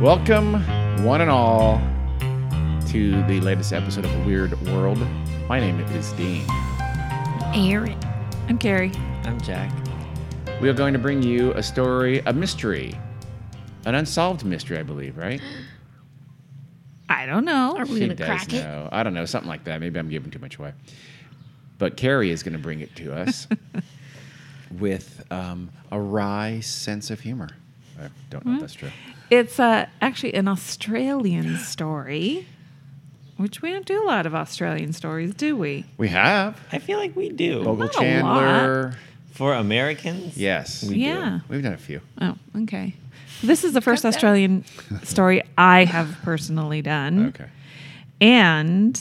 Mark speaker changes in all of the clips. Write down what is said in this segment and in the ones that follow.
Speaker 1: Welcome, one and all, to the latest episode of Weird World. My name is Dean.
Speaker 2: Aaron. I'm Carrie.
Speaker 3: I'm Jack.
Speaker 1: We are going to bring you a story, a mystery, an unsolved mystery, I believe, right?
Speaker 2: I don't know.
Speaker 1: She does know. I don't know, something like that. Maybe I'm giving too much away. But Carrie is going to bring it to us with um, a wry sense of humor. I don't
Speaker 2: Hmm?
Speaker 1: know if that's true.
Speaker 2: It's uh, actually an Australian story, which we don't do a lot of Australian stories, do we?
Speaker 1: We have
Speaker 3: I feel like we do.
Speaker 1: Bogle
Speaker 2: Not a
Speaker 1: Chandler.
Speaker 3: For Americans?
Speaker 1: Yes.
Speaker 3: We do.
Speaker 2: yeah.
Speaker 1: We've done a few.
Speaker 2: Oh, okay. This is the first Australian story I have personally done.
Speaker 1: Okay.
Speaker 2: And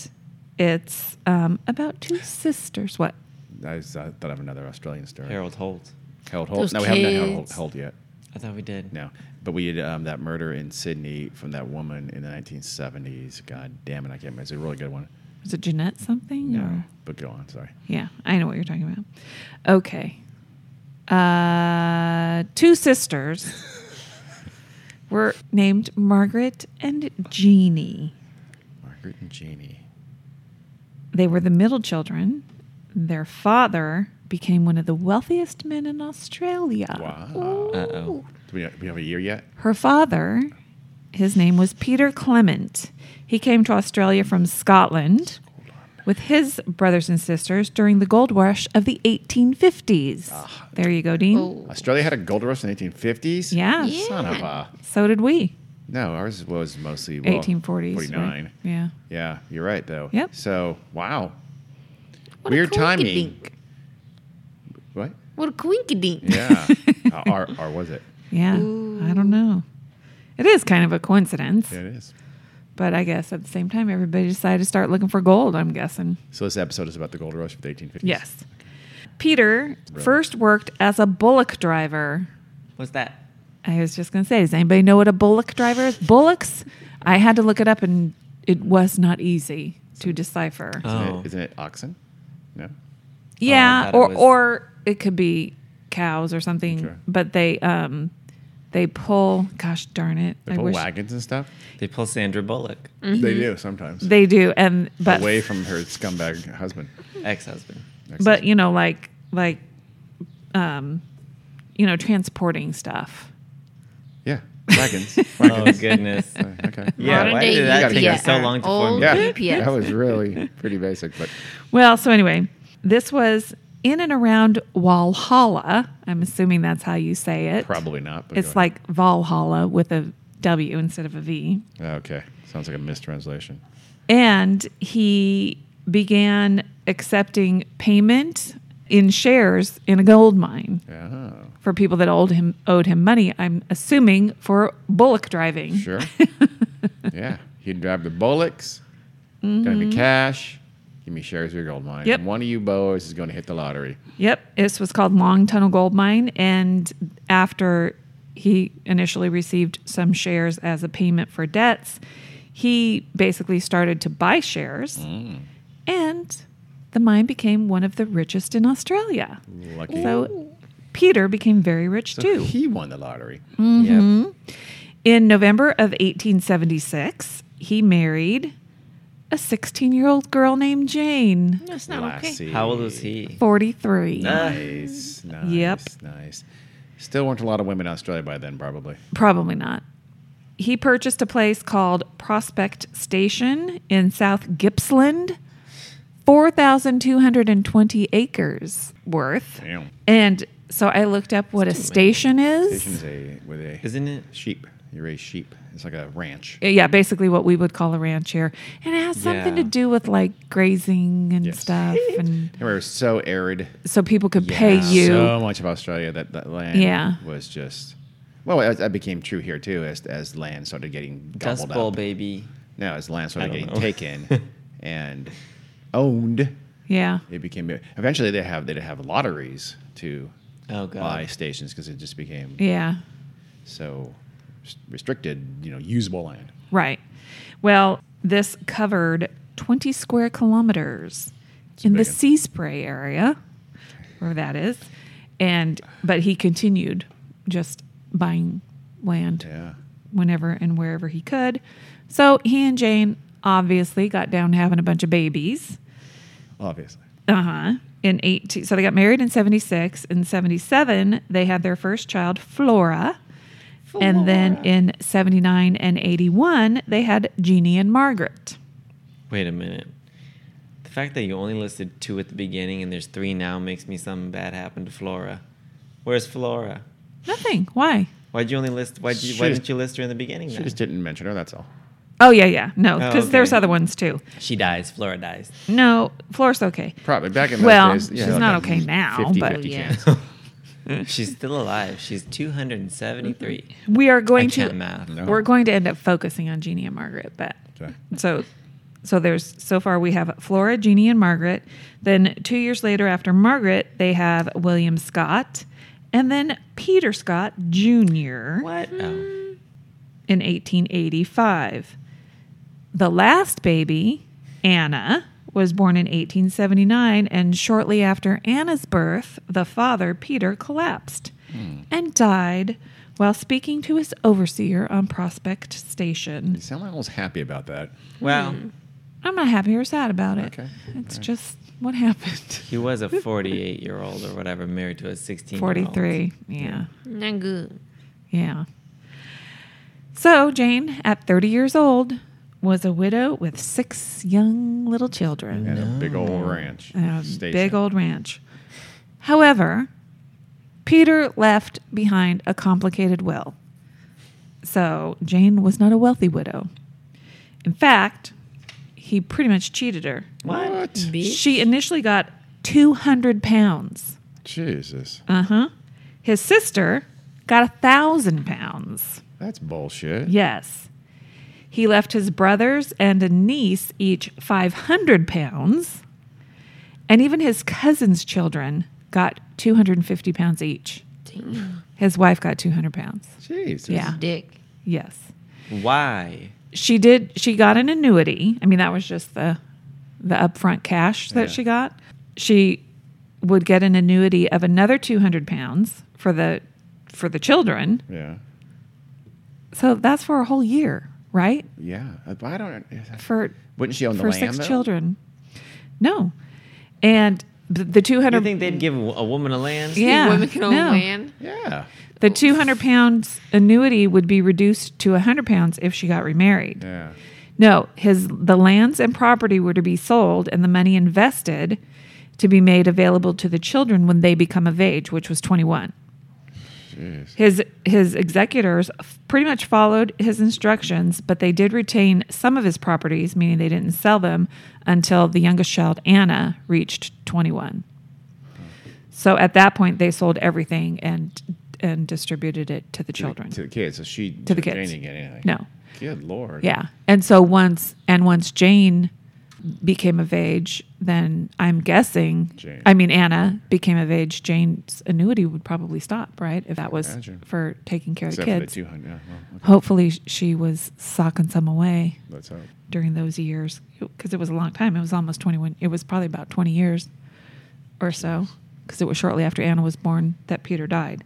Speaker 2: it's um, about two sisters. What?
Speaker 1: I was, uh, thought of another Australian story.
Speaker 3: Harold Holt.
Speaker 1: Harold Holt.
Speaker 4: Those
Speaker 1: no, we haven't done Harold Holt,
Speaker 4: kids.
Speaker 1: Holt yet.
Speaker 3: I thought we did.
Speaker 1: No, but we did um, that murder in Sydney from that woman in the 1970s. God damn it, I can't remember. It's a really good one.
Speaker 2: Was it Jeanette something? or-
Speaker 1: But go on, sorry.
Speaker 2: Yeah, I know what you're talking about. Okay. Uh, two sisters were named Margaret and Jeannie.
Speaker 1: Margaret and Jeannie.
Speaker 2: They were the middle children. Their father became one of the wealthiest men in Australia.
Speaker 1: Wow.
Speaker 3: Uh oh.
Speaker 1: Do we, do we have a year yet?
Speaker 2: Her father, his name was Peter Clement. He came to Australia from Scotland with his brothers and sisters during the gold rush of the 1850s. There you go, Dean.
Speaker 4: Oh,
Speaker 1: Australia had a gold rush in the 1850s?
Speaker 2: Yeah.
Speaker 4: Yeah.
Speaker 1: Son of a.
Speaker 2: So did we.
Speaker 1: No, ours was mostly well,
Speaker 2: 1840s.
Speaker 1: 49.
Speaker 2: right? Yeah.
Speaker 1: Yeah, you're right, though.
Speaker 2: Yep.
Speaker 1: So, wow.
Speaker 4: what a
Speaker 1: Weird timing.
Speaker 4: coinkydink.
Speaker 1: What?
Speaker 4: What a coinkydink.
Speaker 1: Yeah. Uh, or, or was it?
Speaker 2: Yeah. I don't know. It is kind of a coincidence,
Speaker 1: Yeah, it is.
Speaker 2: but I guess at the same time, everybody decided to start looking for gold, I'm guessing.
Speaker 1: So, this episode is about the gold rush of the 1850s?
Speaker 2: Yes. Peter first worked as a bullock driver.
Speaker 3: What's that?
Speaker 2: I was just going to say, does anybody know what a bullock driver is? Bullocks? I had to look it up and it was not easy to decipher.
Speaker 1: Isn't,
Speaker 3: Oh.
Speaker 1: it, isn't it oxen? No.
Speaker 2: yeah,
Speaker 3: thought it
Speaker 2: or
Speaker 3: was-
Speaker 2: or it could be cows or something,
Speaker 1: Okay.
Speaker 2: but they um they pull gosh darn it.
Speaker 1: They
Speaker 2: I
Speaker 1: pull
Speaker 2: wish
Speaker 1: wagons and stuff.
Speaker 3: They pull Sandra Bullock,
Speaker 1: They do sometimes.
Speaker 2: They do, and Mm-hmm. but
Speaker 1: Away from her scumbag husband.
Speaker 3: ex husband.
Speaker 2: but you know, like like, um, you know, transporting stuff.
Speaker 1: Yeah. Wagons.
Speaker 3: Oh,
Speaker 1: Wagons.
Speaker 3: goodness.
Speaker 1: Okay.
Speaker 3: yeah,
Speaker 4: Modern
Speaker 3: why
Speaker 4: day
Speaker 3: did that take us
Speaker 4: UPS.
Speaker 3: so long to form?
Speaker 4: Old- E
Speaker 3: that?
Speaker 1: Yeah.
Speaker 4: UPS.
Speaker 1: That was really pretty basic, but
Speaker 2: Well, so anyway, this was in and around Walhalla. I'm assuming that's how you say it.
Speaker 1: probably not. But
Speaker 2: It's
Speaker 1: go ahead.
Speaker 2: like Valhalla with a W instead of a V.
Speaker 1: Okay. Sounds like a mistranslation.
Speaker 2: And he began accepting payment in shares in a gold mine
Speaker 1: Oh,
Speaker 2: for people that owed him owed him money. I'm assuming for bullock driving.
Speaker 1: sure. yeah. He'd drive the bullocks, Gonna be cash. Give me shares of your gold mine.
Speaker 2: Mm-hmm. Yep.
Speaker 1: One of you boys is going to hit the lottery.
Speaker 2: Yep. This was called Long Tunnel Gold Mine. And after he initially received some shares as a payment for debts, he basically started to buy shares. And the mine became one of the richest in Australia.
Speaker 1: Lucky.
Speaker 2: So Peter became very rich too. Mm-hmm.
Speaker 1: He won the lottery.
Speaker 3: Yep.
Speaker 2: In November of 1876, he married a 16 year old girl named Jane,
Speaker 4: That's not okay.
Speaker 1: Lassie.
Speaker 3: How old was he?
Speaker 2: 43.
Speaker 3: Ah.
Speaker 1: Nice, nice,
Speaker 2: Yep.
Speaker 1: nice. Still weren't a lot of women in Australia by then, probably.
Speaker 2: Probably not. He purchased a place called Prospect Station in South Gippsland, 4,220 acres worth.
Speaker 1: Damn.
Speaker 2: And so I looked up what a station is.
Speaker 1: Station's a with a
Speaker 3: Isn't it?
Speaker 1: sheep. You raise sheep. It's like a ranch.
Speaker 2: Yeah, basically what we would call a ranch here. And it has something
Speaker 3: Yeah.
Speaker 2: to do with like grazing and
Speaker 1: Yes.
Speaker 2: stuff. And
Speaker 1: They were so arid.
Speaker 2: so people could pay
Speaker 3: Yeah.
Speaker 2: you.
Speaker 1: So much of Australia that that land
Speaker 2: Yeah.
Speaker 1: was just. Well, as- that became true here too, as as land started getting
Speaker 3: Dust
Speaker 1: gobbled
Speaker 3: Bowl,
Speaker 1: up.
Speaker 3: baby.
Speaker 1: No, as land started
Speaker 3: I don't
Speaker 1: getting
Speaker 3: know.
Speaker 1: taken and owned,
Speaker 2: yeah.
Speaker 1: it became. Eventually, they have they'd have lotteries to
Speaker 3: Oh, God.
Speaker 1: buy stations because it just became
Speaker 2: Yeah.
Speaker 1: so s- restricted, you know, usable land.
Speaker 2: Right. Well, this covered 20 square kilometers in the
Speaker 1: big one.
Speaker 2: sea spray area, where that is. And but he continued just buying land.
Speaker 1: Yeah.
Speaker 2: whenever and wherever he could. So he and Jane obviously got down to having a bunch of babies.
Speaker 1: obviously.
Speaker 2: Uh huh. In 18, so they got married in 76. In 77, they had their first child, Flora. And then in 79 and 81, they had Jeannie and Margaret.
Speaker 3: Wait a minute. The fact that you only listed two at the beginning and there's three now makes me something bad happened to Flora. Where's Flora?
Speaker 2: Nothing. Why?
Speaker 3: Why'd you only list? Why'd you, why
Speaker 1: She-
Speaker 3: didn't you list her in the beginning?
Speaker 1: She
Speaker 3: then?
Speaker 1: just didn't mention her. That's all.
Speaker 2: Oh, yeah, yeah. No, because
Speaker 3: okay.
Speaker 2: there's other ones too.
Speaker 3: She dies. Flora dies.
Speaker 2: No, Flora's okay.
Speaker 1: Probably back in those
Speaker 2: Well,
Speaker 1: days.
Speaker 2: she's
Speaker 1: like
Speaker 2: not
Speaker 1: a
Speaker 2: okay now,
Speaker 1: 50,
Speaker 2: but-
Speaker 1: 50
Speaker 4: Yeah.
Speaker 1: chance.
Speaker 3: She's still alive. She's 273.
Speaker 2: We are
Speaker 3: I
Speaker 2: going
Speaker 3: can't
Speaker 2: to
Speaker 3: math.
Speaker 1: No.
Speaker 2: we're going to end up focusing on Jeannie and Margaret, but
Speaker 1: Okay.
Speaker 2: so so there's so far we have Flora, Jeannie, and Margaret. Then two years later, after Margaret, they have William Scott, and then Peter Scott Jr.
Speaker 3: What? Oh.
Speaker 2: in 1885. The last baby, Anna, was born in 1879, and shortly after Anna's birth, the father, Peter, collapsed and died while speaking to his overseer on Prospect
Speaker 1: You
Speaker 2: Station.
Speaker 1: sound almost happy about that.
Speaker 3: Well,
Speaker 2: I'm not happy or sad about it.
Speaker 1: Okay.
Speaker 2: It's just what happened.
Speaker 3: he was a 48 year old or whatever, married to a 16
Speaker 2: 43. Yeah.
Speaker 4: Not good.
Speaker 2: Yeah. So Jane, at 30 years old, was a widow with six young little children.
Speaker 1: And a big old ranch.
Speaker 2: a
Speaker 1: station.
Speaker 2: big old ranch. However, Peter left behind a complicated will. So Jane was not a wealthy widow. In fact, he pretty much cheated her.
Speaker 3: What?
Speaker 4: Bitch.
Speaker 2: She initially got 200 pounds.
Speaker 1: Jesus.
Speaker 2: Uh huh. His sister got a thousand pounds.
Speaker 1: That's bullshit.
Speaker 2: Yes. He left his brothers and a niece each 500 pounds, and even his cousin's children got 250 pounds each.
Speaker 4: Damn.
Speaker 2: His wife got 200 pounds.
Speaker 1: Jesus.
Speaker 2: Yeah.
Speaker 4: Dick.
Speaker 2: Yes.
Speaker 3: Why?
Speaker 2: She did she got an annuity. I mean that was just the the upfront cash that
Speaker 1: Yeah.
Speaker 2: she got. She would get an annuity of another 200 pounds for the for the children.
Speaker 1: Yeah.
Speaker 2: So that's for a whole year, right?
Speaker 1: Yeah. Uh, but I don't.
Speaker 2: For
Speaker 1: Wouldn't she own the
Speaker 2: for
Speaker 1: land?
Speaker 2: six
Speaker 1: though?
Speaker 2: children. No, and the, the two
Speaker 3: You
Speaker 2: hundred.
Speaker 3: think they'd give a woman a land?
Speaker 2: Yeah,
Speaker 4: Women can own
Speaker 2: no.
Speaker 4: land.
Speaker 1: Yeah.
Speaker 2: The two hundred pounds annuity would be reduced to hundred pounds if she got remarried.
Speaker 1: Yeah.
Speaker 2: No, his the lands and property were to be sold and the money invested to be made available to the children when they become of age, which was twenty one.
Speaker 1: Jeez.
Speaker 2: His his executors f- pretty much followed his instructions, but they did retain some of his properties, meaning they didn't sell them until the youngest child Anna reached 21. So at that point, they sold everything and and distributed it to the children.
Speaker 1: To the kids. So she.
Speaker 2: To the kids.
Speaker 1: Jane didn't get anything.
Speaker 2: no,
Speaker 1: Good lord.
Speaker 2: yeah, and so once and once Jane became of age, then I'm guessing.
Speaker 1: Jane.
Speaker 2: I mean, Anna became of age. Jane's annuity would probably stop, right? If that was
Speaker 1: Imagine.
Speaker 2: for taking care of
Speaker 1: Except
Speaker 2: the
Speaker 1: for the
Speaker 2: kids.
Speaker 1: two hundred. Yeah, well, okay.
Speaker 2: Hopefully, sh- she was socking some away
Speaker 1: Let's hope.
Speaker 2: during those years because it was a long time. It was almost 21. It was probably about 20 years or so because it was shortly after Anna was born that Peter died.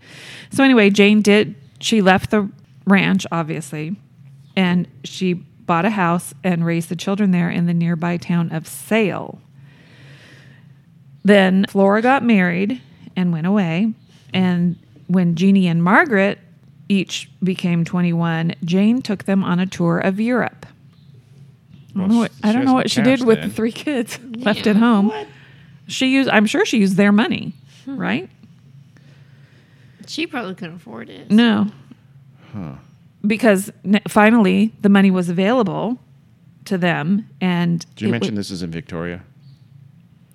Speaker 2: So, anyway, Jane did, she left the ranch, obviously, and she bought a house and raised the children there in the nearby town of Sale. Then Flora got married and went away. And when Jeannie and Margaret each became 21, Jane took them on a tour of Europe. I don't know
Speaker 1: Well,
Speaker 2: what,
Speaker 1: she-
Speaker 2: I
Speaker 1: she
Speaker 2: don't
Speaker 1: has
Speaker 2: know
Speaker 1: some
Speaker 2: what she
Speaker 1: cash
Speaker 2: did with
Speaker 1: then.
Speaker 2: the three kids left at home. She used, I'm sure she used their money, right?
Speaker 4: She probably couldn't afford it.
Speaker 2: No. Because n- finally the money was available to them. And
Speaker 1: Did you
Speaker 2: it wa-
Speaker 1: mention this is in Victoria?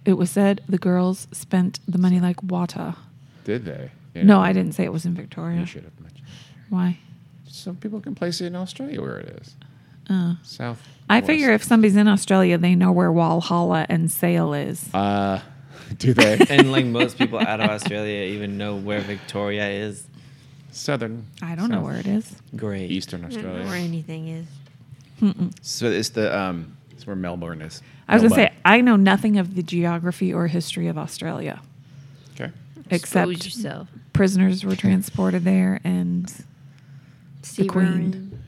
Speaker 2: it was said the girls spent the money like water.
Speaker 1: Did they? Yeah.
Speaker 2: No, I didn't say it was in
Speaker 1: You
Speaker 2: Victoria.
Speaker 1: should have mentioned.
Speaker 2: Why?
Speaker 1: Some people can place it in Australia where it is.
Speaker 2: Uh,
Speaker 1: South.
Speaker 2: I figure if somebody's in Australia, they know where Walhalla and Sale is.
Speaker 1: Uh, do they?
Speaker 3: And like most people out of Australia even know where Victoria is.
Speaker 1: Southern.
Speaker 2: I don't know
Speaker 1: South-
Speaker 2: where it is.
Speaker 3: Great.
Speaker 1: Eastern
Speaker 4: I don't know where
Speaker 1: Australia.
Speaker 4: anything is.
Speaker 1: So it's the um, it's where Melbourne is.
Speaker 2: I was going to
Speaker 1: Melbourne.
Speaker 2: say, I know nothing of the geography or history of Australia,
Speaker 1: Okay.
Speaker 2: except
Speaker 4: Expose yourself.
Speaker 2: prisoners were transported there and
Speaker 4: See,
Speaker 2: the
Speaker 4: we're
Speaker 2: Queen.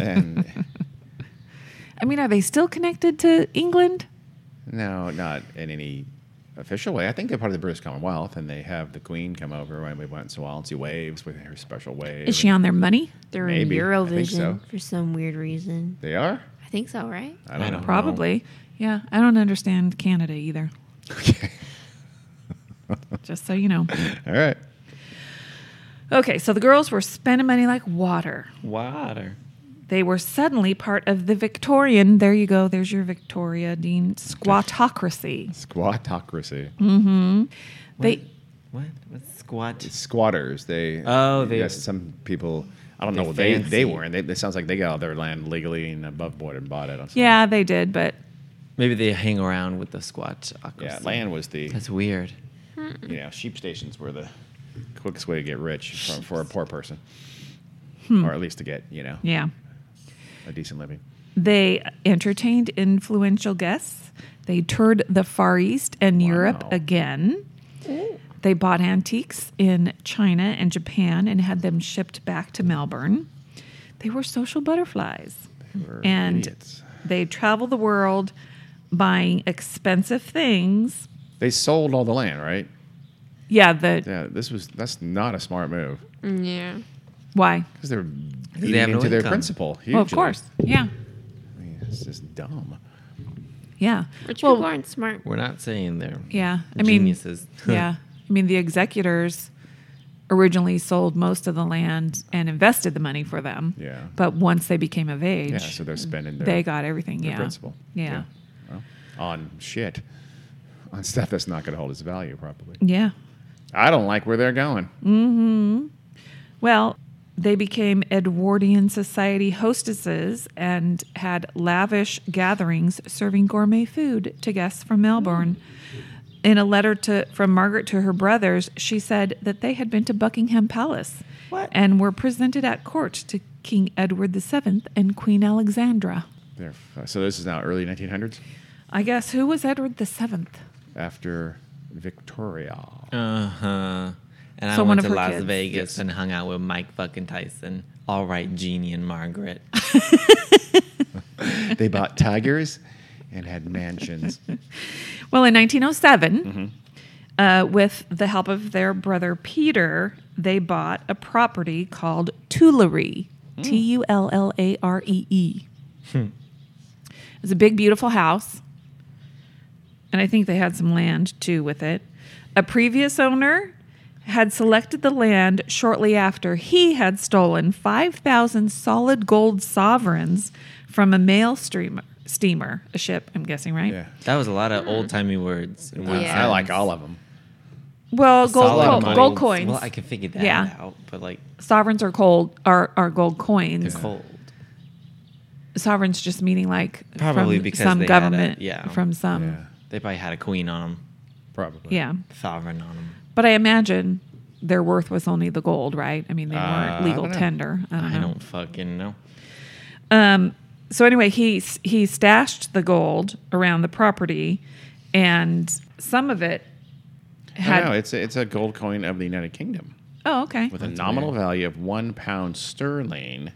Speaker 1: And
Speaker 2: I mean, are they still connected to England?
Speaker 1: no, not in any official way. I think they're part of the British Commonwealth, and they have the Queen come over when we once in a while, and she waves with her special wave.
Speaker 2: Is she on their money?
Speaker 4: They're
Speaker 1: Maybe.
Speaker 4: in
Speaker 1: I think so.
Speaker 4: Eurovision for some weird reason.
Speaker 1: They are.
Speaker 4: I think so, right?
Speaker 1: I don't
Speaker 3: I
Speaker 1: know.
Speaker 3: don't
Speaker 2: Probably. Yeah, I don't understand Canada either.
Speaker 1: Okay.
Speaker 2: Just so you know.
Speaker 1: All right.
Speaker 2: Okay, so the girls were spending money like water.
Speaker 3: Water.
Speaker 2: They were suddenly part of the Victorian. There you go. There's your Victoria Dean squatocracy.
Speaker 1: Squatocracy.
Speaker 2: They
Speaker 3: What? What's squat?
Speaker 1: It's squatters. They.
Speaker 3: Oh, they-
Speaker 1: Yes, some people. I don't know
Speaker 3: They
Speaker 1: what they, they
Speaker 3: fancy.
Speaker 1: were. And they, it sounds like they got all their land legally and above board and bought it. Or something.
Speaker 2: yeah, they did, but
Speaker 3: Maybe they hang around with the squat.
Speaker 1: Yeah. Land was the.
Speaker 3: That's weird.
Speaker 1: You know, sheep stations were the quickest way to get rich for, for a poor person, or at least to get you know
Speaker 2: Hmm. yeah.
Speaker 1: a decent living.
Speaker 2: They entertained influential guests. They toured the Far East and Europe
Speaker 1: Wow.
Speaker 2: again. They bought antiques in China and Japan and had them shipped back to Melbourne. They were social butterflies.
Speaker 1: They were
Speaker 2: and
Speaker 1: idiots.
Speaker 2: they traveled the world buying expensive things.
Speaker 1: They sold all the land, right?
Speaker 2: Yeah, the
Speaker 1: Yeah, this was that's not a smart move
Speaker 4: Yeah.
Speaker 2: why?
Speaker 1: because they're eating
Speaker 3: have no
Speaker 1: into their
Speaker 3: income.
Speaker 1: principal.
Speaker 2: Well, of
Speaker 1: hugely.
Speaker 2: course. Yeah.
Speaker 1: I mean, it's just dumb.
Speaker 2: Yeah.
Speaker 4: Rich
Speaker 2: Well,
Speaker 4: people aren't smart.
Speaker 3: We're not saying they're
Speaker 2: yeah. I mean,
Speaker 3: geniuses.
Speaker 2: yeah. I mean, the executors originally sold most of the land and invested the money for them.
Speaker 1: Yeah.
Speaker 2: But once they became of age,
Speaker 1: Yeah, so they're spending their
Speaker 2: they got everything.
Speaker 1: their
Speaker 2: yeah.
Speaker 1: principal.
Speaker 2: Yeah.
Speaker 1: Well, on shit, on stuff that's not going to hold its value properly.
Speaker 2: yeah.
Speaker 1: I don't like where they're going.
Speaker 2: Well, they became Edwardian society hostesses and had lavish gatherings serving gourmet food to guests from Melbourne. In a letter to from Margaret to her brothers, she said that they had been to Buckingham Palace
Speaker 3: What?
Speaker 2: and were presented at court to King Edward VII and Queen Alexandra.
Speaker 1: They're, so this is now early 1900s,
Speaker 2: I guess who was Edward the Seventh?
Speaker 1: after Victoria.
Speaker 3: Uh huh. And
Speaker 2: So
Speaker 3: I
Speaker 2: one
Speaker 3: went
Speaker 2: of
Speaker 3: to
Speaker 2: her
Speaker 3: Las
Speaker 2: kids.
Speaker 3: Vegas and hung out with Mike fucking Tyson. All right, Jeannie and Margaret.
Speaker 1: they bought tigers and had mansions.
Speaker 2: Well, in 1907, uh, with the help of their brother Peter, they bought a property called Tulare, T U L L A R E E. It was a big, beautiful house. And I think they had some land too with it. A previous owner had selected the land shortly after he had stolen 5,000 solid gold sovereigns from a mail streamer, steamer, a ship, I'm guessing, right?
Speaker 1: Yeah.
Speaker 3: That was a lot
Speaker 2: Mm.
Speaker 3: of old timey words. in one
Speaker 4: Yeah.
Speaker 1: I like
Speaker 3: sentence.
Speaker 1: all of them.
Speaker 2: Well, gold,
Speaker 3: Solid
Speaker 2: gold,
Speaker 3: money.
Speaker 2: gold coins.
Speaker 3: Well, I can figure that
Speaker 2: Yeah.
Speaker 3: out, but like
Speaker 2: Sovereigns are gold are, are gold coins.
Speaker 3: cold.
Speaker 2: Sovereigns just meaning like
Speaker 3: Probably
Speaker 2: from
Speaker 3: because
Speaker 2: some
Speaker 3: they had a-
Speaker 2: government,
Speaker 3: yeah.
Speaker 2: from some,
Speaker 1: Yeah,
Speaker 2: yeah.
Speaker 3: They probably had a queen on them,
Speaker 1: probably.
Speaker 3: sovereign on them.
Speaker 2: But I imagine their worth was only the gold, right? I mean, they
Speaker 1: Uh, I
Speaker 2: weren't legal
Speaker 1: don't know.
Speaker 2: tender. I don't
Speaker 3: I
Speaker 2: know.
Speaker 3: don't fucking know.
Speaker 2: Um, so anyway, he he stashed the gold around the property, and some of it
Speaker 1: I
Speaker 2: had.
Speaker 1: know it's a, it's a gold coin of the United Kingdom
Speaker 2: oh, okay.
Speaker 1: with a nominal value of one pound sterling.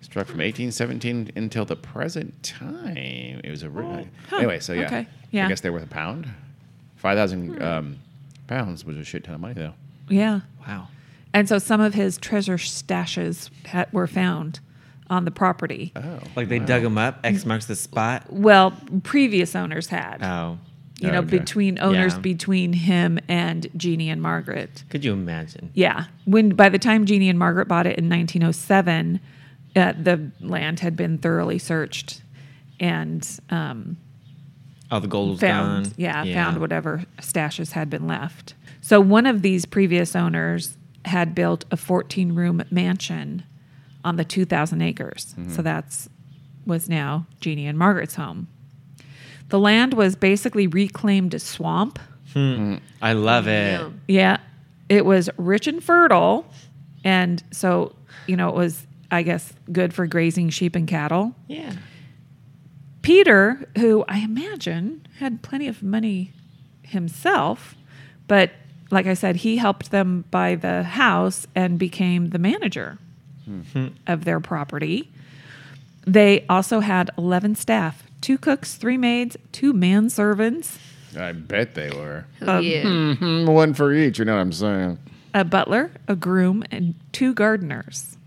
Speaker 1: Struck from 1817 until the present time. It was a ri- uh,
Speaker 2: huh.
Speaker 1: anyway. So yeah,
Speaker 2: Oh. Okay. Yeah. Hmm.
Speaker 1: I guess they're worth a pound. Five thousand um, pounds was a shit ton of money though.
Speaker 2: Yeah.
Speaker 3: Wow.
Speaker 2: And so some of his treasure stashes ha- were found on the property.
Speaker 1: Oh,
Speaker 3: Like they dug 'em dug them up. X marks the spot.
Speaker 2: Well, previous owners had.
Speaker 3: Oh,
Speaker 2: you know,
Speaker 1: Okay.
Speaker 2: between owners,
Speaker 3: Yeah.
Speaker 2: between him and Jeannie and Margaret.
Speaker 3: could you imagine?
Speaker 2: Yeah, when by the time Jeannie and Margaret bought it in 1907, uh, the land had been thoroughly searched and um,
Speaker 3: Oh, the gold was
Speaker 2: found.
Speaker 3: gone.
Speaker 2: Yeah, found whatever stashes had been left. So one of these previous owners had built a 14 room mansion on the 2,000 acres.
Speaker 3: Mm-hmm.
Speaker 2: So that's was now Jeannie and Margaret's home. The land was basically reclaimed as swamp.
Speaker 3: I love it.
Speaker 4: Yeah.
Speaker 2: Yeah. It was rich and fertile. And so, you know, it was, I guess, good for grazing sheep and cattle.
Speaker 3: Yeah.
Speaker 2: Peter, who I imagine had plenty of money himself, but like I said, he helped them buy the house and became the manager. of their property. They also had 11 staff, two cooks, three maids, two manservants,
Speaker 1: I bet they were.
Speaker 4: Oh, yeah.
Speaker 1: One for each, you know what I'm saying?
Speaker 2: a butler, a groom, and two gardeners.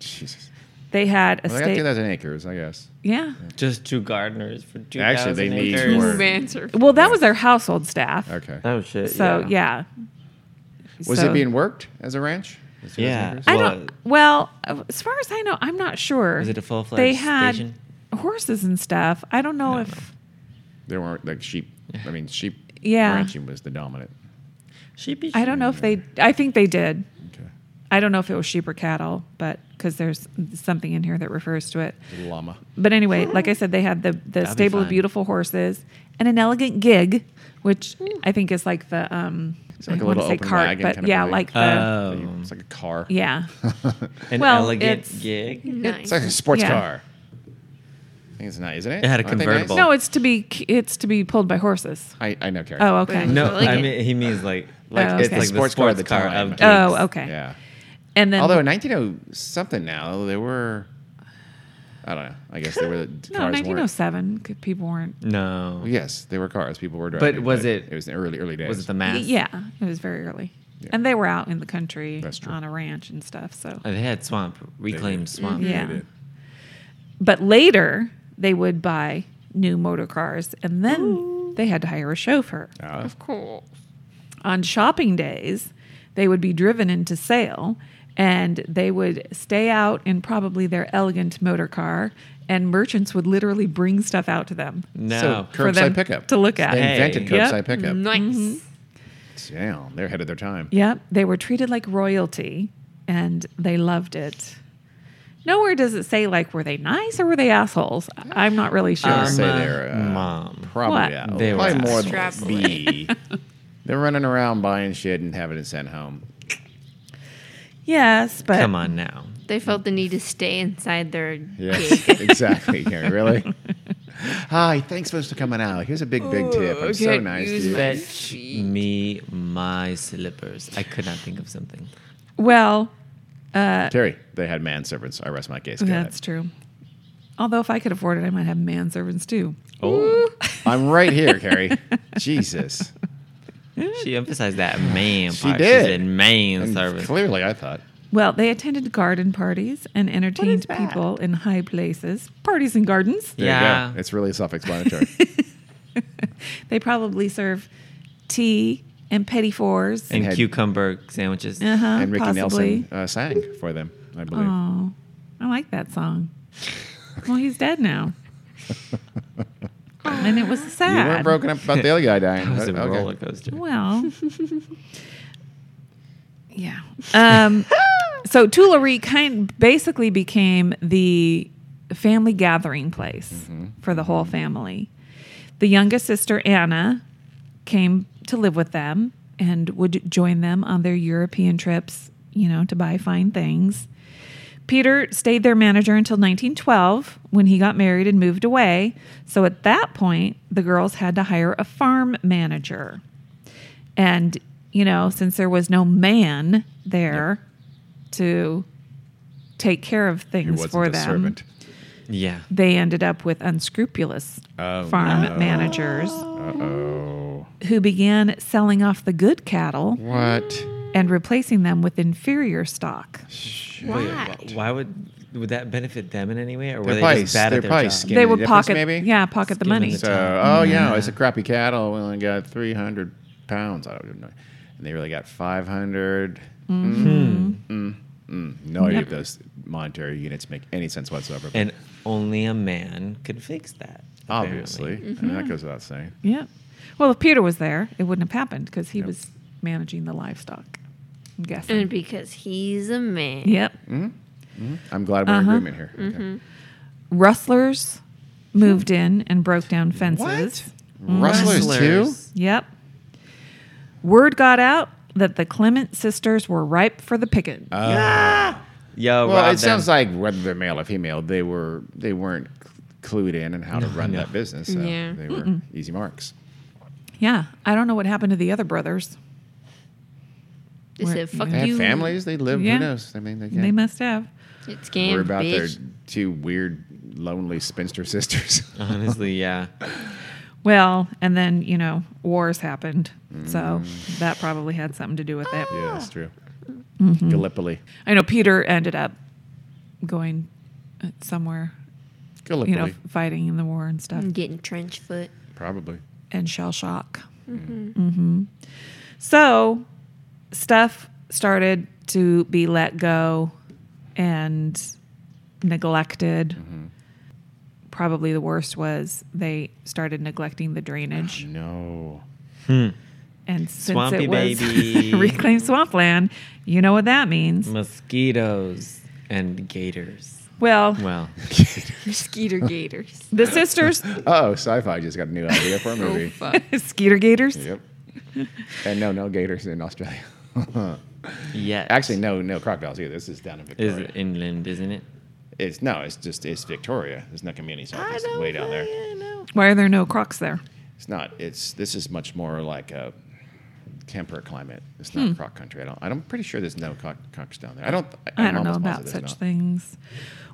Speaker 1: Jesus.
Speaker 2: They had a
Speaker 1: Well, they got
Speaker 2: state.
Speaker 1: 2,000 acres, I guess.
Speaker 2: yeah.
Speaker 3: Just two gardeners for two.
Speaker 1: Actually, they need
Speaker 4: Two
Speaker 1: more.
Speaker 4: mans are-
Speaker 2: Well, that was their household staff.
Speaker 1: Okay.
Speaker 3: Oh shit!
Speaker 2: So
Speaker 3: yeah.
Speaker 2: yeah.
Speaker 1: Was
Speaker 2: So-
Speaker 1: it being worked as a ranch? As
Speaker 3: Yeah.
Speaker 1: 2,000 acres?
Speaker 2: I
Speaker 3: Well,
Speaker 2: don't. Well, as far as I know, I'm not sure.
Speaker 3: Was it a full-fledged
Speaker 2: They had
Speaker 3: station?
Speaker 2: horses and stuff. I don't know if.
Speaker 1: There weren't like sheep. I mean, sheep
Speaker 2: Yeah.
Speaker 1: ranching was the dominant.
Speaker 3: Sheepish.
Speaker 2: I don't know if they. I think they did.
Speaker 1: Okay.
Speaker 2: I don't know if it was sheep or cattle, but because there's something in here that refers to it.
Speaker 1: The llama.
Speaker 2: But
Speaker 1: Hmm.
Speaker 2: anyway, like I said, they had the the
Speaker 3: be
Speaker 2: stable of
Speaker 3: fun.
Speaker 2: beautiful horses and an elegant gig, which I think is like the um.
Speaker 1: Hmm. It's like
Speaker 2: I
Speaker 1: a
Speaker 2: wanna
Speaker 1: little
Speaker 2: say
Speaker 1: open
Speaker 2: cart,
Speaker 1: wagon
Speaker 2: but
Speaker 1: kind of
Speaker 2: yeah,
Speaker 1: thing.
Speaker 2: like the
Speaker 3: Oh,
Speaker 1: It's like a car.
Speaker 2: yeah.
Speaker 3: an
Speaker 2: well, it's-
Speaker 3: elegant gig.
Speaker 1: It's
Speaker 4: nice.
Speaker 1: like a sports
Speaker 2: Yeah.
Speaker 1: car. I think it's nice, isn't it?
Speaker 3: It had a
Speaker 1: Aren't they nice?
Speaker 3: convertible.
Speaker 2: No, it's to be it's to be pulled by horses.
Speaker 1: I, I know, Carrie.
Speaker 2: Oh, okay.
Speaker 4: No,
Speaker 3: No,
Speaker 4: like
Speaker 3: I
Speaker 4: it-
Speaker 3: mean he means like
Speaker 2: Like, it's
Speaker 3: it's
Speaker 2: the
Speaker 3: like
Speaker 1: sports
Speaker 3: sports
Speaker 1: car
Speaker 3: car,
Speaker 1: of the
Speaker 3: car
Speaker 1: time.
Speaker 3: of gigs.
Speaker 2: Oh, okay.
Speaker 1: Yeah.
Speaker 2: And then
Speaker 1: Although in 1900 something now, there were, I don't know. I guess there were the
Speaker 2: no,
Speaker 1: cars weren't.
Speaker 2: 1907 c- people weren't.
Speaker 3: No,
Speaker 1: Yes, there were cars. People were driving.
Speaker 3: was it-
Speaker 1: It was in the early, early days.
Speaker 3: was it the mass?
Speaker 2: Yeah, it was very early,
Speaker 1: Yeah.
Speaker 2: and they were out in the country
Speaker 1: That's true.
Speaker 2: on a ranch and stuff. So
Speaker 3: Oh, they had swamp reclaimed swamp.
Speaker 2: yeah,
Speaker 1: did.
Speaker 2: but later they would buy new motor cars, and then they had to hire a chauffeur.
Speaker 1: Ah.
Speaker 4: of course.
Speaker 2: On shopping days, they would be driven into sale, and they would stay out in probably their elegant motor car, and merchants would literally bring stuff out to them.
Speaker 3: No,
Speaker 1: So, curbside
Speaker 2: them
Speaker 1: pickup.
Speaker 2: to look at.
Speaker 1: They invented
Speaker 3: Hey.
Speaker 2: Yep.
Speaker 1: curbside pickup.
Speaker 4: Nice.
Speaker 1: Damn, they're ahead of their time.
Speaker 2: Yep, they were treated like royalty and they loved it. Nowhere does it say like were they nice or were they assholes? I'm not really sure.
Speaker 1: Um, say
Speaker 3: Irma,
Speaker 1: they're, uh,
Speaker 3: mom.
Speaker 1: Probably,
Speaker 2: What?
Speaker 1: yeah.
Speaker 3: They were
Speaker 1: Probably more
Speaker 4: assholes.
Speaker 1: than B. They're running around buying shit and having it sent home.
Speaker 2: yes, but
Speaker 3: Come on now.
Speaker 4: They felt the need to stay inside their
Speaker 1: Yeah,
Speaker 4: gig.
Speaker 1: exactly. Carrie, really? Hi, thanks for coming out. Here's a big, big tip. I'm so
Speaker 4: Okay,
Speaker 1: nice to
Speaker 4: use
Speaker 1: you.
Speaker 4: my
Speaker 3: Fetch
Speaker 4: feet.
Speaker 3: me my slippers. I could not think of something.
Speaker 2: well,
Speaker 1: Terry, they had manservants. I rest my case. Go ahead.
Speaker 2: that's true. Although if I could afford it, I might have manservants too.
Speaker 3: Oh,
Speaker 1: I'm right here, Carrie. Jesus.
Speaker 3: she emphasized that man
Speaker 1: She
Speaker 3: part.
Speaker 1: did.
Speaker 3: She said man
Speaker 1: And
Speaker 3: service.
Speaker 1: Clearly, I thought.
Speaker 2: Well, they attended garden parties and entertained
Speaker 1: that?
Speaker 2: people in high places, parties and gardens.
Speaker 1: There
Speaker 3: Yeah.
Speaker 1: you go. It's really self explanatory.
Speaker 2: Uh, They probably serve tea and petit fours.
Speaker 3: and
Speaker 1: had-
Speaker 3: cucumber sandwiches.
Speaker 2: uh-huh,
Speaker 1: and Ricky
Speaker 2: possibly.
Speaker 1: Nelson uh, sang for them, I believe.
Speaker 2: Oh, I like that song. Well, he's dead now. and it was
Speaker 1: You
Speaker 2: sad.
Speaker 1: weren't broken up about the other guy dying.
Speaker 3: That was a
Speaker 1: but- okay.
Speaker 3: roller coaster.
Speaker 2: Well, yeah. Um, so Tulare kind basically became the family gathering place for the whole family. The youngest sister Anna came to live with them and would join them on their European trips, you know, to buy fine things. Peter stayed their manager until 1912 when he got married and moved away. So at that point, the girls had to hire a farm manager. And, you know, since there was no man there to take care of
Speaker 1: He
Speaker 2: things
Speaker 1: wasn't
Speaker 2: for
Speaker 1: a
Speaker 2: them,
Speaker 1: servant.
Speaker 3: Yeah.
Speaker 2: they ended up with unscrupulous
Speaker 1: Oh,
Speaker 2: farm
Speaker 1: no. Oh.
Speaker 2: managers
Speaker 1: Uh-oh.
Speaker 2: who began selling off the good cattle
Speaker 1: What?
Speaker 2: and replacing them with inferior stock.
Speaker 3: Wait,
Speaker 4: Why?
Speaker 3: wh- why would would that benefit them in any way, or were
Speaker 1: Their
Speaker 3: they
Speaker 1: price,
Speaker 3: just bad
Speaker 1: their
Speaker 3: at their
Speaker 1: price.
Speaker 3: job?
Speaker 1: Skin
Speaker 2: they
Speaker 1: the
Speaker 2: would
Speaker 1: difference,
Speaker 2: pocket,
Speaker 1: maybe?
Speaker 2: yeah, pocket the
Speaker 3: Skin in
Speaker 2: money.
Speaker 3: the
Speaker 1: So, oh yeah, it's a crappy cattle. We only got 300 pounds. I don't know. And they really got 500. Mm-hmm. Mm, mm. No idea if those monetary units make any sense whatsoever. but
Speaker 3: And only a man could fix that. apparently.
Speaker 1: obviously, I mean, that goes without saying.
Speaker 2: Yeah. Well, if Peter was there, it wouldn't have happened because he was managing the livestock. I'm guessing.
Speaker 4: And because he's a man.
Speaker 2: yep.
Speaker 1: I'm glad we're in agreement here. Okay.
Speaker 2: Rustlers moved in and broke down fences.
Speaker 1: Rustlers, too?
Speaker 2: Yep. Word got out that the Clement sisters were ripe for the picking.
Speaker 1: Uh.
Speaker 3: Yo,
Speaker 1: Well,
Speaker 3: rob
Speaker 1: it sounds like whether they're male or female, they were they weren't clued in on how to run that business. So
Speaker 4: Yeah.
Speaker 1: they were easy marks.
Speaker 2: yeah. I don't know what happened to the other brothers.
Speaker 4: They
Speaker 2: Where-
Speaker 4: said, fuck
Speaker 1: They
Speaker 4: you.
Speaker 1: have families. They live.
Speaker 2: Yeah.
Speaker 1: Who knows? I mean, they
Speaker 2: They
Speaker 1: can't
Speaker 2: must have.
Speaker 4: Get scammed,
Speaker 1: worry about their
Speaker 4: bitch.
Speaker 1: two weird, lonely spinster sisters.
Speaker 3: Honestly, yeah.
Speaker 2: Well, and then, you know, wars happened. So that probably had something to do with it.
Speaker 1: yeah, that's true.
Speaker 2: Mm-hmm.
Speaker 1: Gallipoli.
Speaker 2: I know Peter ended up going uh, somewhere,
Speaker 1: Gallipoli.
Speaker 2: you know, fighting in the war and stuff,
Speaker 4: I'm getting trench foot.
Speaker 1: Probably.
Speaker 2: and shell shock. Mm-hmm. So stuff started to be let go and neglected.
Speaker 3: Mm-hmm.
Speaker 2: Probably the worst was they started neglecting the drainage.
Speaker 1: No.
Speaker 2: And since
Speaker 3: Swampy
Speaker 2: it was
Speaker 3: baby.
Speaker 2: reclaimed swampland, you know what that means.
Speaker 3: Mosquitoes and gators.
Speaker 2: Well,
Speaker 3: Well,
Speaker 4: Mosquito gators.
Speaker 2: the sisters,
Speaker 1: Oh, sci-fi just got a new idea for a
Speaker 4: Oh,
Speaker 1: movie.
Speaker 4: fuck.
Speaker 2: Skeeter Gators.
Speaker 1: yep. And no, no gators in Australia.
Speaker 3: yeah.
Speaker 1: Actually, no, no crocodiles either. This is down in Victoria.
Speaker 3: is it inland, isn't it?
Speaker 1: It's no, it's just it's Victoria. There's not community
Speaker 4: I
Speaker 1: scientists
Speaker 4: don't
Speaker 1: way down there.
Speaker 4: fucking know.
Speaker 2: Why are there no crocs there?
Speaker 1: It's not. It's this is much more like a temperate climate. It's
Speaker 2: Hmm.
Speaker 1: not croc country. I don't. I'm pretty sure there's no croc, crocs down there. I don't.
Speaker 2: I
Speaker 1: I'm
Speaker 2: don't know
Speaker 1: almost
Speaker 2: about
Speaker 1: positive
Speaker 2: such
Speaker 1: there's not.
Speaker 2: things.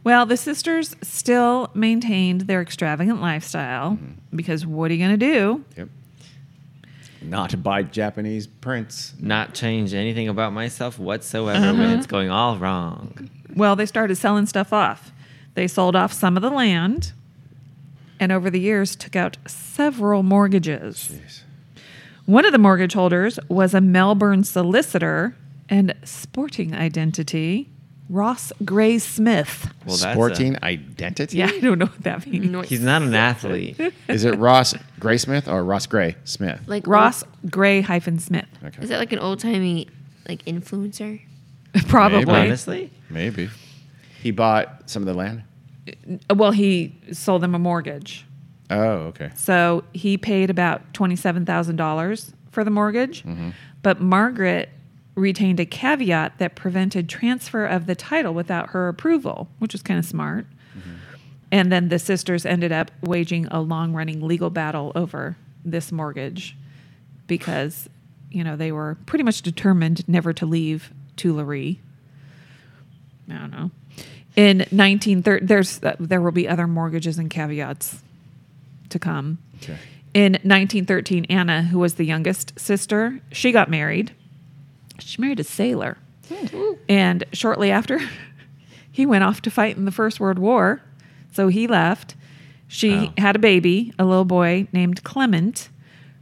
Speaker 2: Well, the sisters still maintained their extravagant lifestyle
Speaker 1: Mm-hmm.
Speaker 2: because what are you going to do?
Speaker 1: Yep. Not by Japanese prince.
Speaker 3: Not change anything about myself whatsoever
Speaker 1: Uh-huh.
Speaker 3: when it's going all wrong.
Speaker 2: Well, they started selling stuff off. They sold off some of the land and over the years took out several mortgages.
Speaker 1: Jeez.
Speaker 2: One of the mortgage holders was a Melbourne solicitor and sporting identity, Ross Gray Smith.
Speaker 3: Well, that's a-
Speaker 1: Sporting identity.
Speaker 2: Yeah, I don't know what that means.
Speaker 4: Noise.
Speaker 3: he's not an athlete.
Speaker 1: Is it Ross Gray Smith or Ross Gray Smith?
Speaker 4: like
Speaker 2: Ross Gray hyphen Smith.
Speaker 1: Okay.
Speaker 4: Is that like an old timey like influencer?
Speaker 1: Mm-hmm.
Speaker 2: Probably.
Speaker 1: Maybe.
Speaker 3: Honestly,
Speaker 1: Maybe. He bought some of the land.
Speaker 2: Well, he sold them a mortgage.
Speaker 1: Oh, okay.
Speaker 2: So he paid about $27,000 for the mortgage. But Margaret retained a caveat that prevented transfer of the title without her approval, which was kind of smart. And then the sisters ended up waging a long running legal battle over this mortgage because, you know, they were pretty much determined never to leave Tuileries. I don't know. In 1930, there's, uh, there will be other mortgages and caveats to come.
Speaker 1: Okay.
Speaker 2: In 1913, Anna, who was the youngest sister, she got married. She married a sailor.
Speaker 1: Hmm.
Speaker 2: And shortly after, he went off to fight in the First World War. So he left. She
Speaker 3: Oh.
Speaker 2: had a baby, a little boy named Clement.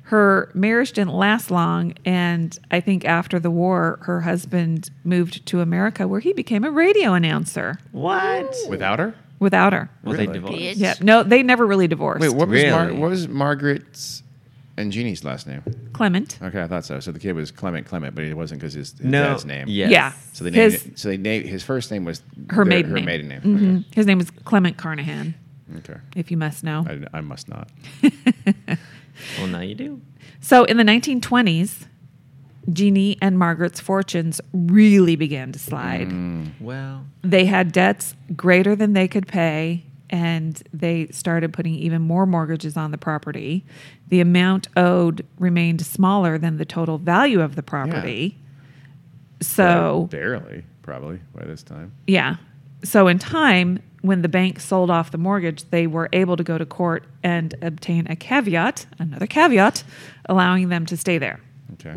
Speaker 2: Her marriage didn't last long. And I think after the war, her husband moved to America where he became a radio announcer
Speaker 3: what?
Speaker 1: Without her?
Speaker 2: without her.
Speaker 3: Well, they
Speaker 1: Really?
Speaker 3: divorced.
Speaker 4: Bitch.
Speaker 2: Yeah. No, they never really divorced.
Speaker 1: Wait, what was Mar-
Speaker 3: Really?
Speaker 1: what was Margaret's and Jeannie's last name?
Speaker 2: Clement.
Speaker 1: Okay, I thought so. So the kid was Clement Clement, but it wasn't because his, his
Speaker 3: No.
Speaker 1: dad's name.
Speaker 3: Yes.
Speaker 2: Yeah.
Speaker 1: So they named
Speaker 2: His-
Speaker 1: it, so they named his first name was
Speaker 2: Her
Speaker 1: their-
Speaker 2: maiden
Speaker 1: her
Speaker 2: name.
Speaker 1: maiden name.
Speaker 2: Mhm. His name was Clement Carnahan,
Speaker 1: Okay. okay.
Speaker 2: if you must know.
Speaker 1: I, I must not.
Speaker 3: Well, now you do.
Speaker 2: So in the 1920s, Jeannie and Margaret's fortunes really began to slide.
Speaker 1: Mm.
Speaker 3: Well,
Speaker 2: They had debts greater than they could pay, and they started putting even more mortgages on the property. The amount owed remained smaller than the total value of the property. So,
Speaker 1: barely, probably by this time.
Speaker 2: yeah. So, in time, when the bank sold off the mortgage, they were able to go to court and obtain a caveat, another caveat, allowing them to stay there.
Speaker 1: Okay.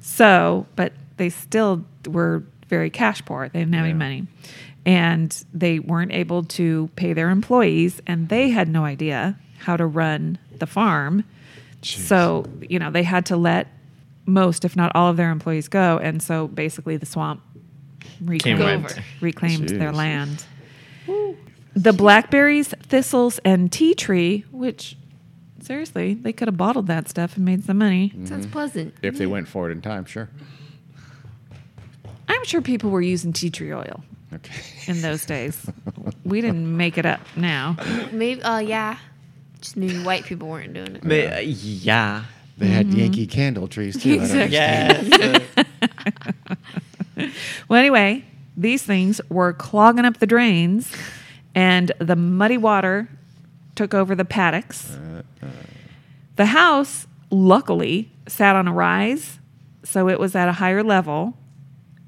Speaker 2: So, but they still were very cash poor. They didn't have any
Speaker 1: Yeah.
Speaker 2: money. And they weren't able to pay their employees, and they had no idea how to run the farm. So, you know, they had to let most, if not all, of their employees go. And so basically the swamp reclaimed,
Speaker 4: went.
Speaker 2: reclaimed their
Speaker 1: Jeez.
Speaker 2: land. The blackberries, thistles, and tea tree, which seriously, they could have bottled that stuff and made some money.
Speaker 4: Sounds pleasant.
Speaker 1: If they went forward in time, sure.
Speaker 2: I'm sure people were using tea tree oil
Speaker 1: Okay.
Speaker 2: in those days. we didn't make it up now.
Speaker 4: Maybe uh yeah. Just maybe white people weren't doing it.
Speaker 3: they, uh, yeah.
Speaker 1: They had Yankee candle trees too. I don't
Speaker 2: Exactly.
Speaker 3: Yes.
Speaker 2: Well, anyway, these things were clogging up the drains, and the muddy water took over the paddocks. The house, luckily, sat on a rise, So it was at a higher level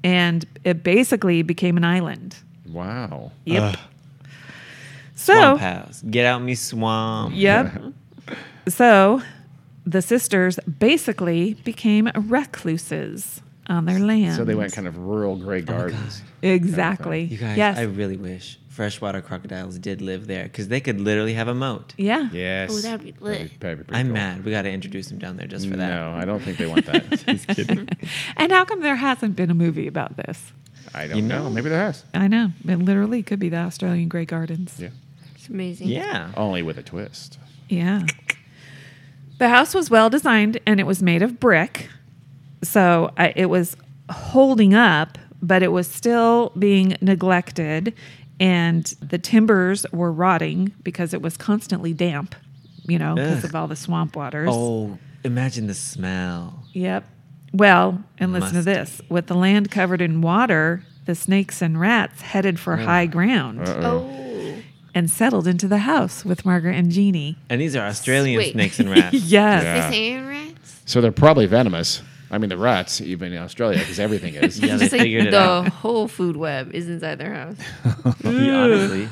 Speaker 2: and it basically became an island.
Speaker 1: Wow.
Speaker 2: Yep. so,
Speaker 3: Swamp house. Get out me swamp.
Speaker 2: yep. so the sisters basically became recluses on their land.
Speaker 1: So they went kind of rural Grey Gardens.
Speaker 2: Exactly.
Speaker 3: You guys,
Speaker 2: yes.
Speaker 3: I really wish freshwater crocodiles did live there because they could literally have a moat.
Speaker 2: yeah.
Speaker 1: yes.
Speaker 4: Oh, that'd be lit.
Speaker 1: that'd be pretty
Speaker 3: I'm
Speaker 1: cool.
Speaker 3: mad. We got to introduce them down there just for that.
Speaker 1: No, I don't think they want that.
Speaker 3: Just kidding.
Speaker 2: And how come there hasn't been a movie about this?
Speaker 1: I don't
Speaker 3: You
Speaker 1: know.
Speaker 3: know.
Speaker 1: Maybe there has.
Speaker 2: I know. It literally could be the Australian Grey Gardens.
Speaker 1: Yeah.
Speaker 4: It's amazing.
Speaker 3: yeah.
Speaker 1: Only with a twist.
Speaker 2: Yeah. The house was well designed and it was made of brick. So I, it was holding up, but it was still being neglected. And the timbers were rotting because it was constantly damp, you know, because
Speaker 3: Ugh.
Speaker 2: of all the swamp waters.
Speaker 3: Oh, imagine the smell.
Speaker 2: Yep. Well, and listen to
Speaker 3: Musty.
Speaker 2: this with the land covered in water, the snakes and rats headed for high ground
Speaker 1: Uh-oh.
Speaker 4: Oh.
Speaker 2: and settled into the house with Margaret and Jeannie.
Speaker 3: And these are Australian
Speaker 4: Sweet.
Speaker 3: snakes and rats.
Speaker 2: Yes.
Speaker 1: Yeah.
Speaker 4: The sand rats?
Speaker 1: So they're probably venomous. I mean, the rats, even in Australia, because everything is.
Speaker 3: Yeah, they
Speaker 4: Just like
Speaker 3: figured it
Speaker 4: the
Speaker 3: out.
Speaker 4: whole food web is inside their house.
Speaker 3: Honestly,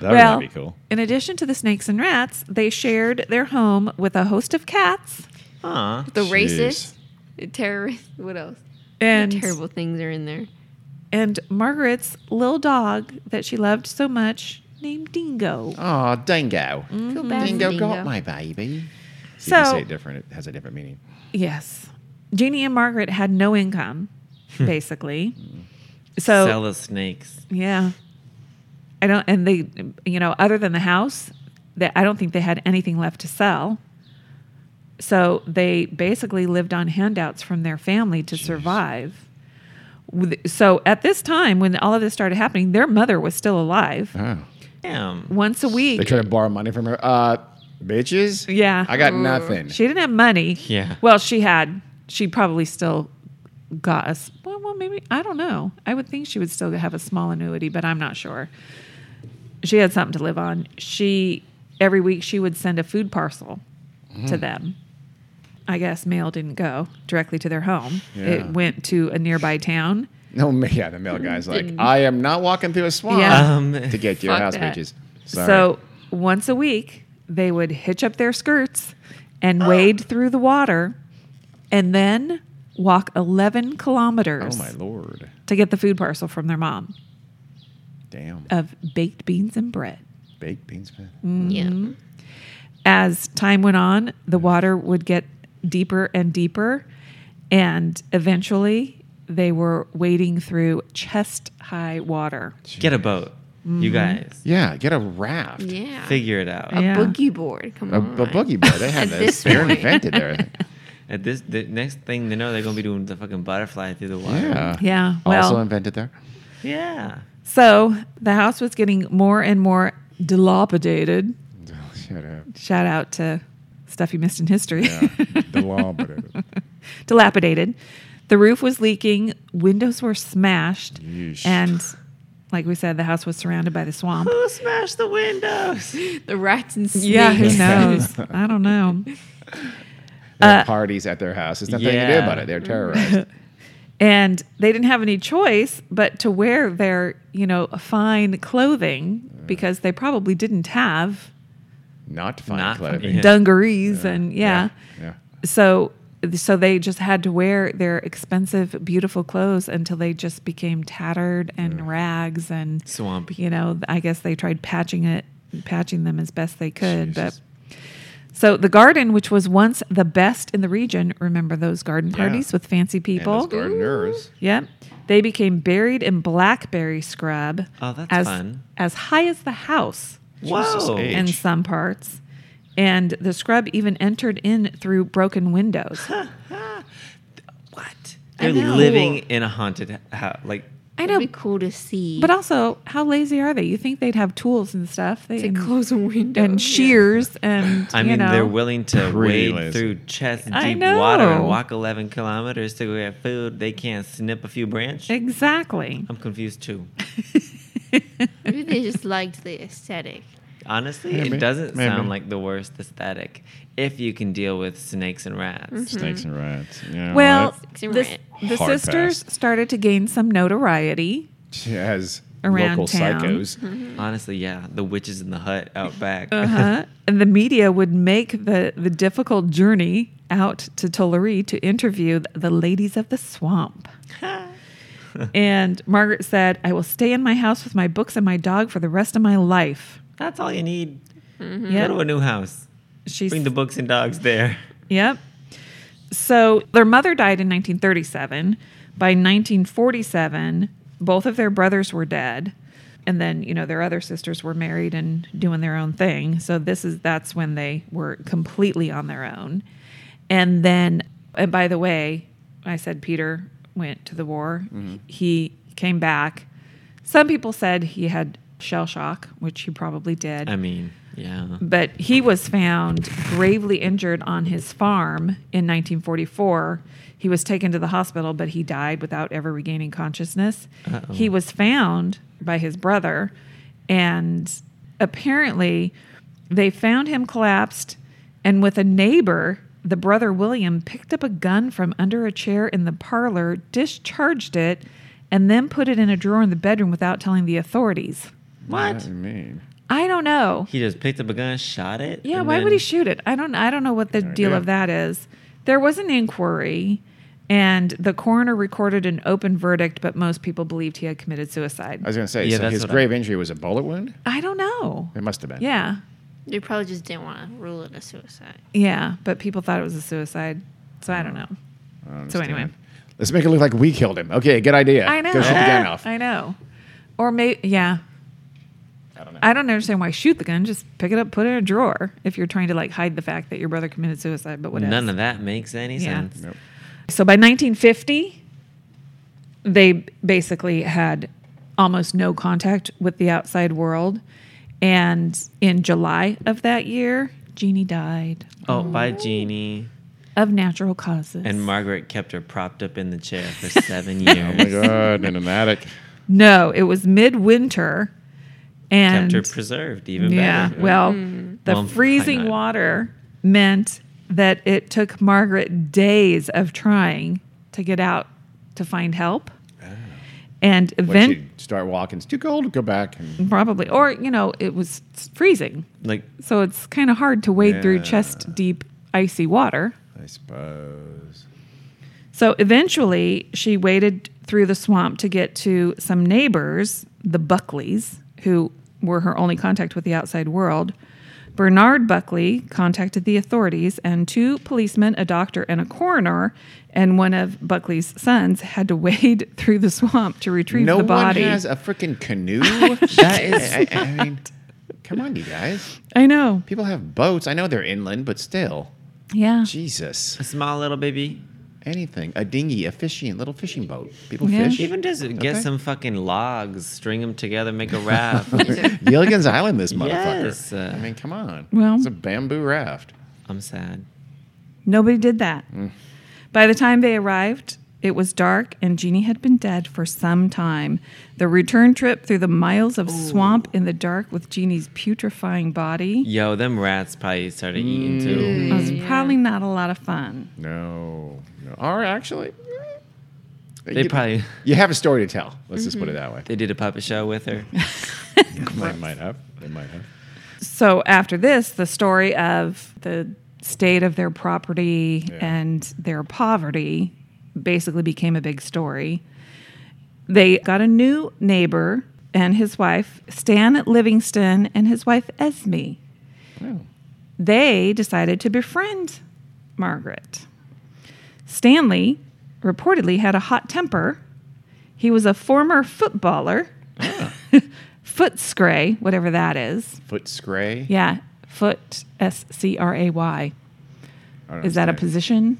Speaker 5: That
Speaker 2: well,
Speaker 5: would be cool.
Speaker 2: in addition to the snakes and rats, they shared their home with a host of cats
Speaker 3: Aw.
Speaker 4: The
Speaker 1: Jeez.
Speaker 4: racists, the terrorists, what else?
Speaker 2: and
Speaker 4: Terrible things are in there.
Speaker 2: and Margaret's little dog that she loved so much named Dingo.
Speaker 1: Aw, dingo.
Speaker 4: Feel bad for
Speaker 1: dingo.
Speaker 4: Mm, Dingo.
Speaker 1: got my baby. See, if you say
Speaker 2: So
Speaker 1: it different, it has a different meaning.
Speaker 2: yes, Jeannie and Margaret had no income, basically. So
Speaker 3: Sell the snakes.
Speaker 2: yeah, I don't. And they, you know, other than the house, that I don't think they had anything left to sell. So they basically lived on handouts from their family to survive. With- So at this time, when all of this started happening, their mother was still alive.
Speaker 1: Oh.
Speaker 3: Damn.
Speaker 2: Once a
Speaker 1: They
Speaker 2: week,
Speaker 1: try to borrow money from her. Uh, bitches?
Speaker 2: Yeah.
Speaker 1: I got nothing.
Speaker 2: she didn't have money.
Speaker 3: Yeah.
Speaker 2: Well, she had. She probably still got us. Well, well, maybe I don't know. I would think she would still have a small annuity, but I'm not sure. She had something to live on. She every week she would send a food parcel to them. I guess mail didn't go directly to their home.
Speaker 1: Yeah.
Speaker 2: It went to a nearby town.
Speaker 1: No, ma- yeah, the male guy's like, I am not walking through a swamp
Speaker 2: Yeah.
Speaker 3: Um,
Speaker 1: to get to your
Speaker 4: Fuck
Speaker 1: house,
Speaker 4: that.
Speaker 1: bitches. Sorry.
Speaker 2: So once a week, they would hitch up their skirts and wade through the water and then walk 11
Speaker 1: oh,
Speaker 2: kilometers
Speaker 1: my lord.
Speaker 2: to get the food parcel from their mom
Speaker 1: Damn.
Speaker 2: of baked beans and bread.
Speaker 1: Baked beans, man.
Speaker 2: Mm.
Speaker 4: Yeah.
Speaker 2: Mm-hmm. As time went on, the water would get deeper and deeper. And eventually, they were wading through chest high water.
Speaker 3: get a boat. You guys,
Speaker 1: Yeah, get a raft.
Speaker 4: Yeah.
Speaker 3: figure it out.
Speaker 4: A
Speaker 2: Mm-hmm. Yeah.
Speaker 4: boogie board. Come
Speaker 1: A, a
Speaker 4: on.
Speaker 1: boogie board. They had
Speaker 4: At
Speaker 1: this.
Speaker 4: this
Speaker 1: They
Speaker 4: point.
Speaker 1: invented there.
Speaker 3: At this, the next thing they know, they're gonna be doing the fucking butterfly through the water.
Speaker 1: Yeah.
Speaker 2: Yeah, well-
Speaker 1: also invented there.
Speaker 3: Yeah.
Speaker 2: So the house was getting more and more dilapidated.
Speaker 1: Oh, shut up.
Speaker 2: Shout out to stuff you missed in history.
Speaker 1: Dilapidated.
Speaker 2: dilapidated. The roof was leaking, windows were smashed,
Speaker 1: Yeesh.
Speaker 2: and like we said, the house was surrounded by the swamp.
Speaker 3: Who smashed the windows?
Speaker 4: The rats and snakes.
Speaker 2: Yeah, who knows? I don't know.
Speaker 1: They
Speaker 2: uh,
Speaker 1: had parties at their house. There's nothing you can do
Speaker 3: Yeah.
Speaker 1: about it. They're terrorized.
Speaker 2: And they didn't have any choice but to wear their, you know, fine clothing because they probably didn't have
Speaker 1: Not fine
Speaker 3: Not fine.
Speaker 1: clothing.
Speaker 3: Yeah.
Speaker 2: dungarees and yeah.
Speaker 1: Yeah.
Speaker 2: So so they just had to wear their expensive beautiful clothes until they just became tattered and rags and
Speaker 3: Swampy.
Speaker 2: you know i guess they tried patching it patching them as best they could but so the garden which was once the best in the region remember those garden parties with fancy
Speaker 1: And those
Speaker 2: people
Speaker 1: gardeners.
Speaker 2: yep they became buried in blackberry scrub
Speaker 3: Oh, that's
Speaker 2: as,
Speaker 3: fun.
Speaker 2: as high as the house
Speaker 3: Whoa.
Speaker 1: H.
Speaker 2: in some parts and the scrub even entered in through broken windows
Speaker 3: What?
Speaker 4: I
Speaker 3: They're
Speaker 4: know.
Speaker 3: living in a haunted house. Like,
Speaker 2: i
Speaker 4: It'd
Speaker 2: know
Speaker 4: be cool to see.
Speaker 2: but also how lazy are they you think they'd have tools and stuff they
Speaker 4: to
Speaker 2: and,
Speaker 4: close a window.
Speaker 2: and shears and
Speaker 3: I
Speaker 2: you
Speaker 3: mean,
Speaker 2: know.
Speaker 3: they're willing to
Speaker 5: Pretty
Speaker 3: wade
Speaker 5: lazy.
Speaker 3: through chest
Speaker 2: I
Speaker 3: deep water
Speaker 2: know.
Speaker 3: and walk 11 kilometers to go get food. They can't snip a few branches.
Speaker 2: Exactly.
Speaker 3: I'm confused too.
Speaker 4: Maybe they just liked the aesthetic.
Speaker 3: honestly,
Speaker 1: Maybe,
Speaker 3: it doesn't
Speaker 1: maybe.
Speaker 3: sound like the worst aesthetic if you can deal with snakes and rats.
Speaker 2: Mm-hmm.
Speaker 1: Snakes and rats. You know
Speaker 2: Well,
Speaker 1: what?
Speaker 4: Six and
Speaker 2: this-
Speaker 4: rent.
Speaker 2: the
Speaker 1: Hard
Speaker 2: sisters
Speaker 1: pass.
Speaker 2: started to gain some notoriety.
Speaker 1: as
Speaker 2: Around
Speaker 1: local
Speaker 2: town. Mm-hmm.
Speaker 1: psychos.
Speaker 3: Honestly, yeah, the witches in the hut out back.
Speaker 2: Uh-huh. and the media would make the, the difficult journey out to Tulare to interview th- the ladies of the swamp. and Margaret said, I will stay in my house with my books and my dog for the rest of my life.
Speaker 3: That's all you need.
Speaker 2: Yep.
Speaker 3: Go to Hmm. a new house.
Speaker 2: She's,
Speaker 3: Bring the books and dogs there.
Speaker 2: yep. So their mother died in 1937. By 1947, both of their brothers were dead. And then, you know, their other sisters were married and doing their own thing. So this is that's when they were completely on their own. And then and by the way, I said Peter went to the war. He came back. Some people said he had shell shock, which he probably did
Speaker 3: I mean, yeah.
Speaker 2: but he was found gravely injured on his farm in 1944. He was taken to the hospital, but he died without ever regaining consciousness. He was found by his brother, and apparently, they found him collapsed. And with a neighbor, the brother William picked up a gun from under a chair in the parlor, discharged it, and then put it in a drawer in the bedroom without telling the authorities.
Speaker 1: I mean,
Speaker 2: I don't know.
Speaker 3: He just picked up a gun, shot it.
Speaker 2: Yeah,
Speaker 3: and
Speaker 2: why
Speaker 3: then-
Speaker 2: would he shoot it? I don't I don't know what the deal
Speaker 1: idea.
Speaker 2: of that is. There was an inquiry and the coroner recorded an open verdict, but most people believed he had committed suicide.
Speaker 1: I was going to say,
Speaker 3: Yeah,
Speaker 1: so
Speaker 3: that's
Speaker 1: his
Speaker 3: what I-
Speaker 1: grave injury was a bullet wound?
Speaker 2: I don't know.
Speaker 1: It must have been.
Speaker 2: Yeah.
Speaker 4: They probably just didn't want to rule it a suicide.
Speaker 2: Yeah, but people thought it was a suicide. So I don't know.
Speaker 1: I
Speaker 2: So anyway.
Speaker 1: understand. Let's make it look like we killed him. Okay, good idea.
Speaker 2: I know.
Speaker 1: Go shoot the gun off.
Speaker 2: I know. Or may yeah.
Speaker 1: I don't know. Oh
Speaker 2: I don't understand why shoot the gun. Just pick it up, put it in a drawer if you're trying to like hide the fact that your brother committed suicide. But whatever.
Speaker 3: None of that makes any
Speaker 2: Yeah.
Speaker 3: sense.
Speaker 1: Nope.
Speaker 2: So by 1950, they basically had almost no contact with the outside world. And in July of that year, Jeannie died
Speaker 3: Oh, by Jeannie.
Speaker 2: of natural causes.
Speaker 3: And Margaret kept her propped up in the chair for seven
Speaker 1: Oh my
Speaker 3: years.
Speaker 1: God, in an attic.
Speaker 2: no, it was midwinter. And
Speaker 3: kept her preserved even
Speaker 2: yeah,
Speaker 3: better.
Speaker 2: well, the
Speaker 3: Well, I
Speaker 2: freezing
Speaker 3: know.
Speaker 2: water meant that it took Margaret days of trying to get out to find help. And
Speaker 1: When
Speaker 2: eventually.
Speaker 1: she'd start walking, it's too cold, go back. And
Speaker 2: probably or you know it was freezing
Speaker 3: like
Speaker 2: so it's kind of hard to wade through
Speaker 1: Yeah.
Speaker 2: chest deep icy water
Speaker 1: I suppose.
Speaker 2: so eventually she waded through the swamp to get to some neighbors the buckleys who were her only contact with the outside world bernard buckley contacted the authorities and two policemen a doctor and a coroner and one of buckley's sons had to wade through the swamp to retrieve
Speaker 1: no
Speaker 2: the body
Speaker 1: one has a freaking canoe. that is, I, I mean, come on, you guys.
Speaker 2: i know
Speaker 1: People have boats. I know they're inland, but still,
Speaker 2: yeah
Speaker 1: Jesus,
Speaker 3: a small little baby.
Speaker 1: anything, a dinghy, a fishing, little fishing boat. People
Speaker 2: Yeah.
Speaker 1: fish.
Speaker 3: Even just get
Speaker 1: Okay.
Speaker 3: some fucking logs, string them together, make a raft.
Speaker 1: Gilligan's Island, this motherfucker.
Speaker 3: Yes, uh,
Speaker 1: I mean, come on.
Speaker 2: Well-
Speaker 1: it's a bamboo raft.
Speaker 3: I'm sad.
Speaker 2: Nobody did that. By the time they arrived, it was dark and Jeannie had been dead for some time. The return trip through the miles of swamp in the dark with Jeannie's putrefying body
Speaker 3: Yo, them rats probably started eating too.
Speaker 2: was probably not a lot of fun.
Speaker 1: No, no. Or actually,
Speaker 3: They
Speaker 1: you,
Speaker 3: probably
Speaker 1: you have a story to tell. Let's just put it
Speaker 2: Mm-hmm.
Speaker 1: that way.
Speaker 3: they did a puppet show with her.
Speaker 1: They might have. They might have.
Speaker 2: So after this, the story of the state of their property
Speaker 1: Yeah.
Speaker 2: and their poverty basically became a big story. They got a new neighbor and his wife, Stan Livingston, and his wife, Esme. They decided to befriend Margaret. Stanley reportedly had a hot temper. He was a former footballer, foot scray, whatever that is.
Speaker 1: Foot scray.
Speaker 2: Yeah, foot S C R A Y.
Speaker 1: I don't
Speaker 2: Is that a
Speaker 1: understand.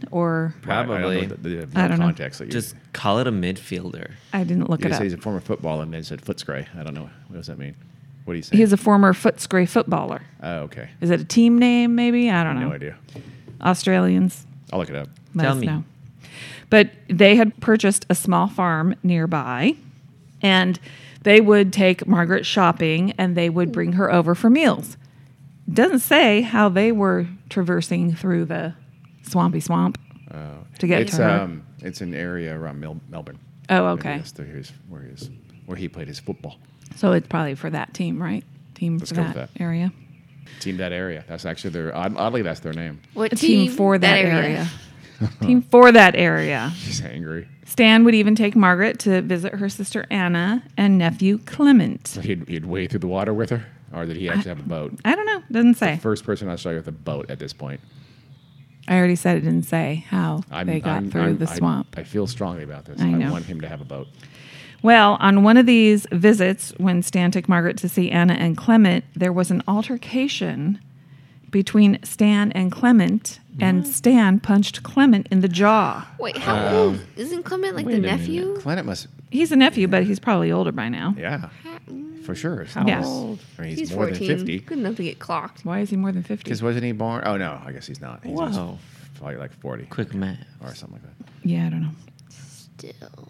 Speaker 2: position or
Speaker 1: I don't know
Speaker 3: Probably.
Speaker 1: the- the- the
Speaker 2: I don't know.
Speaker 1: context that you
Speaker 3: Just call it a midfielder.
Speaker 2: I didn't look
Speaker 1: You
Speaker 2: it
Speaker 1: just
Speaker 2: up.
Speaker 1: said he's a former footballer and then said foot scray. I don't know. What does that mean? What do you say?
Speaker 2: He's a former Footscray footballer.
Speaker 1: oh, okay.
Speaker 2: Is it a team name? Maybe I don't know.
Speaker 1: No idea.
Speaker 2: Australians,
Speaker 1: I'll look it up.
Speaker 2: let
Speaker 3: Tell
Speaker 2: us
Speaker 3: me.
Speaker 2: know. But they had purchased a small farm nearby, And they would take Margaret shopping and they would bring her over for meals. Doesn't say how they were traversing through the swampy swamp to get
Speaker 1: Oh. It's
Speaker 2: to her.
Speaker 1: um, it's an area around Mel- Melbourne.
Speaker 2: oh,
Speaker 1: Maybe
Speaker 2: okay.
Speaker 1: That's the, where, he was, where, he was, where he played his football.
Speaker 2: So it's probably for that team, right? Team
Speaker 1: Let's
Speaker 2: for
Speaker 1: go with
Speaker 2: that, area.
Speaker 1: Team that area. That's actually their odd- oddly that's their name.
Speaker 4: What
Speaker 2: A team, for that, area. team for that area.
Speaker 1: She's angry.
Speaker 2: Stan would even take Margaret to visit her sister Anna and nephew Clement.
Speaker 1: He'd, he'd wade through the water with her, or did he actually have a boat?
Speaker 2: I don't know. Doesn't say.
Speaker 1: First person I saw with a boat at this point.
Speaker 2: I already said it didn't say how
Speaker 1: I'm,
Speaker 2: they got
Speaker 1: I'm-
Speaker 2: through
Speaker 1: I'm-
Speaker 2: the
Speaker 1: I-
Speaker 2: swamp.
Speaker 1: I, feel strongly about this.
Speaker 2: I
Speaker 1: I,
Speaker 2: know.
Speaker 1: want him to have a boat.
Speaker 2: well, on one of these visits, when Stan took Margaret to see Anna and Clement, there was an altercation between Stan and Clement, and Stan punched Clement in the jaw.
Speaker 4: Wait, how old isn't Clement like
Speaker 3: Um, wait
Speaker 4: the
Speaker 3: a minute.
Speaker 4: nephew?
Speaker 1: Planet must,
Speaker 2: He's a nephew, but he's probably older by now.
Speaker 1: yeah, for sure.
Speaker 2: Yeah.
Speaker 1: old? I mean, he's,
Speaker 4: He's
Speaker 1: more
Speaker 4: fourteen.
Speaker 1: than 50.
Speaker 4: Good enough to get clocked.
Speaker 2: Why is he more than 50?
Speaker 1: Because wasn't he born? Oh, no, I guess he's not. He's just
Speaker 3: Wow.
Speaker 1: probably like 40
Speaker 3: Quick math.
Speaker 1: or something like that.
Speaker 2: Yeah, I don't know.
Speaker 4: Still.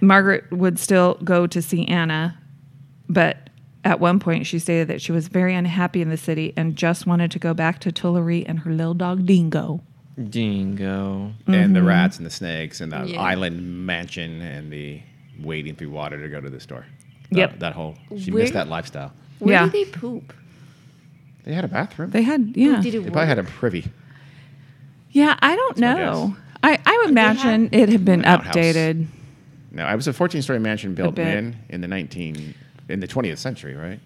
Speaker 2: Margaret would still go to see Anna, but at one point she stated that she was very unhappy in the city and just wanted to go back to Tulare and her little dog Dingo.
Speaker 3: Dingo.
Speaker 1: And the rats and the snakes and the
Speaker 4: Mm-hmm. Yeah.
Speaker 1: island mansion and the wading through water to go to the store. That,
Speaker 2: Yep.
Speaker 1: That whole, she
Speaker 4: Where-
Speaker 1: missed that lifestyle.
Speaker 4: Where
Speaker 2: Yeah.
Speaker 4: do they poop?
Speaker 1: They had a bathroom. They,
Speaker 2: They had yeah.
Speaker 4: Did it
Speaker 1: probably had
Speaker 4: work?
Speaker 1: a privy.
Speaker 2: Yeah, I don't
Speaker 1: my
Speaker 2: know. I, I would imagine it had been
Speaker 1: outhouse.
Speaker 2: updated.
Speaker 1: No, it was a 14 story mansion built
Speaker 2: bit.
Speaker 1: in in the 19 in the 20th century, right?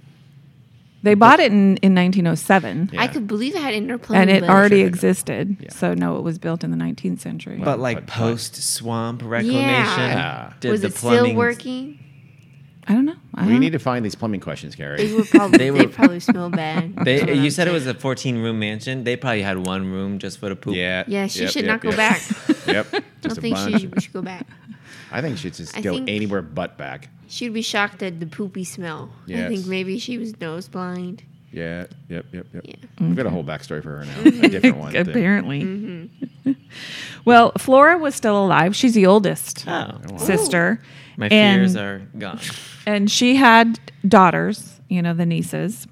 Speaker 2: They bought it in, in 1907
Speaker 1: Yeah.
Speaker 4: I could believe it had indoor plumbing.
Speaker 2: and it
Speaker 4: but-
Speaker 2: already
Speaker 1: Sure.
Speaker 2: existed.
Speaker 1: Yeah.
Speaker 2: So no, it was built in the 19th century.
Speaker 3: But like
Speaker 1: But- but-
Speaker 3: post swamp reclamation,
Speaker 1: Yeah.
Speaker 3: did
Speaker 4: was
Speaker 3: the
Speaker 4: it still
Speaker 3: plumbing-
Speaker 4: working?
Speaker 2: I don't know. I
Speaker 1: We
Speaker 2: don't-
Speaker 1: need to find these plumbing questions, Gary.
Speaker 4: Uh-huh. They were probably they,
Speaker 3: They were-
Speaker 4: probably smell bad. That's
Speaker 3: They,
Speaker 4: what
Speaker 3: you
Speaker 4: I'm
Speaker 3: said it
Speaker 4: saying.
Speaker 3: was a 14 room mansion. They probably had one room just for the poop.
Speaker 1: yeah.
Speaker 4: Yeah, she
Speaker 1: Yep,
Speaker 4: should
Speaker 1: yep,
Speaker 4: not go
Speaker 1: yep.
Speaker 4: back.
Speaker 1: Yep.
Speaker 4: I
Speaker 1: Just
Speaker 4: don't
Speaker 1: a
Speaker 4: think she
Speaker 1: bunch.
Speaker 4: should, we should go back.
Speaker 1: I think she should
Speaker 4: I
Speaker 1: go
Speaker 4: think-
Speaker 1: anywhere but back.
Speaker 4: She'd be shocked at the poopy smell. I
Speaker 1: Yes.
Speaker 4: think maybe she was nose blind.
Speaker 1: Yeah. Yep. Yep. Yep.
Speaker 4: Yeah.
Speaker 1: We've got a whole backstory for her now. A different one. than-
Speaker 2: Apparently. well, Flora was still alive. She's the oldest
Speaker 3: Oh.
Speaker 2: sister.
Speaker 3: My
Speaker 2: and-
Speaker 3: fears are gone.
Speaker 2: and she had daughters, you know, the nieces.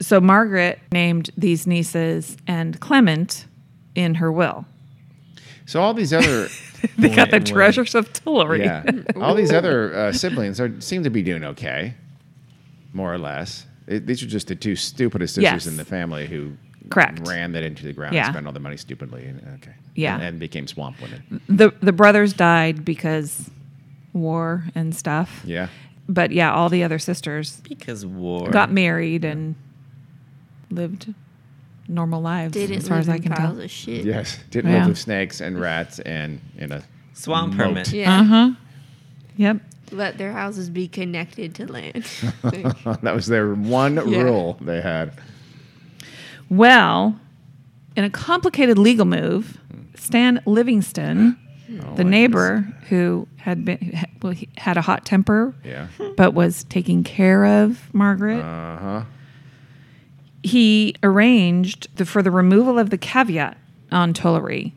Speaker 2: So Margaret named these nieces and Clement in her will.
Speaker 1: So all these other,
Speaker 2: They got the
Speaker 3: Wait, wait.
Speaker 2: treasures of Tulare.
Speaker 1: yeah,
Speaker 2: Mm.
Speaker 1: all these other uh, siblings are seem to be doing okay, more or less. It, these are just the two stupidest sisters
Speaker 2: Yes.
Speaker 1: in the family who
Speaker 2: Correct.
Speaker 1: ran that into the ground
Speaker 2: Yeah.
Speaker 1: and spent all the money stupidly. And, okay.
Speaker 2: Yeah. Mm.
Speaker 1: And, and became swamp women.
Speaker 2: The the brothers died because war and stuff.
Speaker 1: Yeah.
Speaker 2: But yeah, all the other sisters
Speaker 3: Because war.
Speaker 2: got married and lived normal lives
Speaker 4: Didn't
Speaker 2: as far as I can
Speaker 4: piles
Speaker 2: tell.
Speaker 4: of shit.
Speaker 1: Yes. Didn't
Speaker 2: Yeah.
Speaker 1: live with snakes and rats and in a
Speaker 3: Swamp
Speaker 1: Moat.
Speaker 3: permit.
Speaker 4: Yeah.
Speaker 2: Uh-huh. Yep.
Speaker 4: Let their houses be connected to land.
Speaker 1: that was their one
Speaker 4: Yeah.
Speaker 1: rule they had.
Speaker 2: Well, in a complicated legal move, Stan Livingston, the
Speaker 1: Oh, I
Speaker 2: neighbor who had been well, he had a hot temper,
Speaker 1: Yeah.
Speaker 2: but was taking care of Margaret.
Speaker 1: Uh huh.
Speaker 2: he arranged the, for the removal of the caveat on Tulare.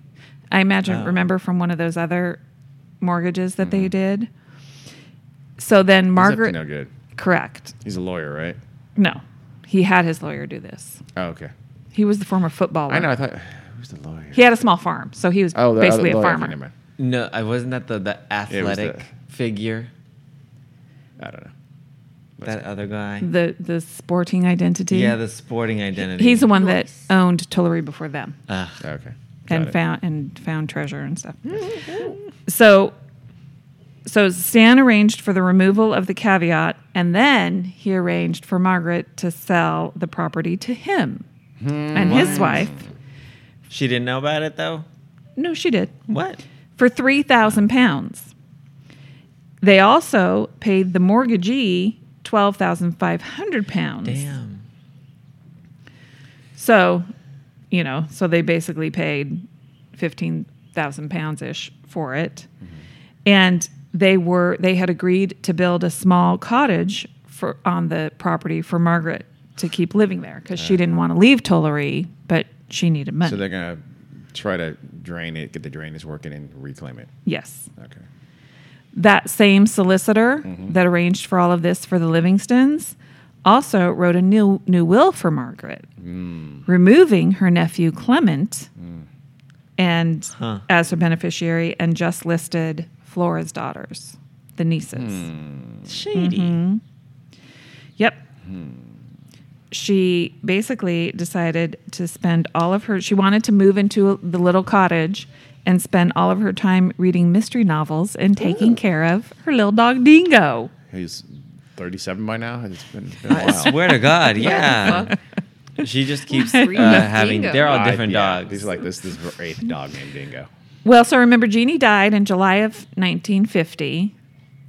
Speaker 2: I
Speaker 1: Oh.
Speaker 2: imagine, remember from one of those other mortgages that they
Speaker 1: Mm-hmm.
Speaker 2: did. So then Margaret,
Speaker 1: No good.
Speaker 2: correct?
Speaker 1: He's a lawyer, right?
Speaker 2: No, he had his lawyer do this.
Speaker 1: Oh, okay.
Speaker 2: He was the former footballer.
Speaker 1: I know. I thought who's the lawyer?
Speaker 2: He had a small farm, so he was
Speaker 1: Oh, the
Speaker 2: basically
Speaker 1: other
Speaker 2: a
Speaker 1: lawyer,
Speaker 2: farmer.
Speaker 1: never mind.
Speaker 3: No, I wasn't that the, the
Speaker 1: It was the-
Speaker 3: athletic figure.
Speaker 1: I don't know.
Speaker 3: That other guy.
Speaker 2: The the sporting identity.
Speaker 3: Yeah, the sporting identity.
Speaker 2: he's the one that
Speaker 4: Nice.
Speaker 2: owned Tulare before them.
Speaker 3: Ugh.
Speaker 1: Okay.
Speaker 2: and
Speaker 1: Got it.
Speaker 2: found and found treasure and stuff.
Speaker 1: Mm-hmm,
Speaker 2: so so Stan arranged for the removal of the caveat and then he arranged for Margaret to sell the property to him
Speaker 1: Hmm.
Speaker 2: and his wife.
Speaker 3: She didn't know about it though.
Speaker 2: No, she did.
Speaker 3: What?
Speaker 2: For 3,000 pounds. They also paid the mortgagee 12,500 pounds.
Speaker 3: Damn.
Speaker 2: So, you know, so they basically paid 15,000 pounds ish for it.
Speaker 1: Mm-hmm.
Speaker 2: And they were they had agreed to build a small cottage for on the property for Margaret to keep living there cuz she didn't want to leave Tulare, but she needed money.
Speaker 1: So they're gonna try to drain it, get the drainage working, and reclaim it.
Speaker 2: yes.
Speaker 1: Okay.
Speaker 2: That same solicitor that arranged for all of this for the Livingstons also wrote a new new will for Margaret, removing her nephew Clement and
Speaker 3: Huh.
Speaker 2: as her beneficiary and just listed Flora's daughters, the nieces. Mm-hmm.
Speaker 3: Shady.
Speaker 2: Yep. She basically decided to spend all of her, she wanted to move into the little cottage and spend all of her time reading mystery novels and taking care of her little dog Dingo.
Speaker 1: He's 37 by now. It's been, been a
Speaker 3: I
Speaker 1: while.
Speaker 3: swear to God, yeah. she just keeps uh,
Speaker 4: Why are you with
Speaker 3: having.
Speaker 4: Dingo?
Speaker 3: They're all
Speaker 1: I-
Speaker 3: different
Speaker 1: yeah,
Speaker 3: dogs.
Speaker 1: He's like this. This is her eighth dog named Dingo.
Speaker 2: Well, so remember, Jeannie died in July of 1950.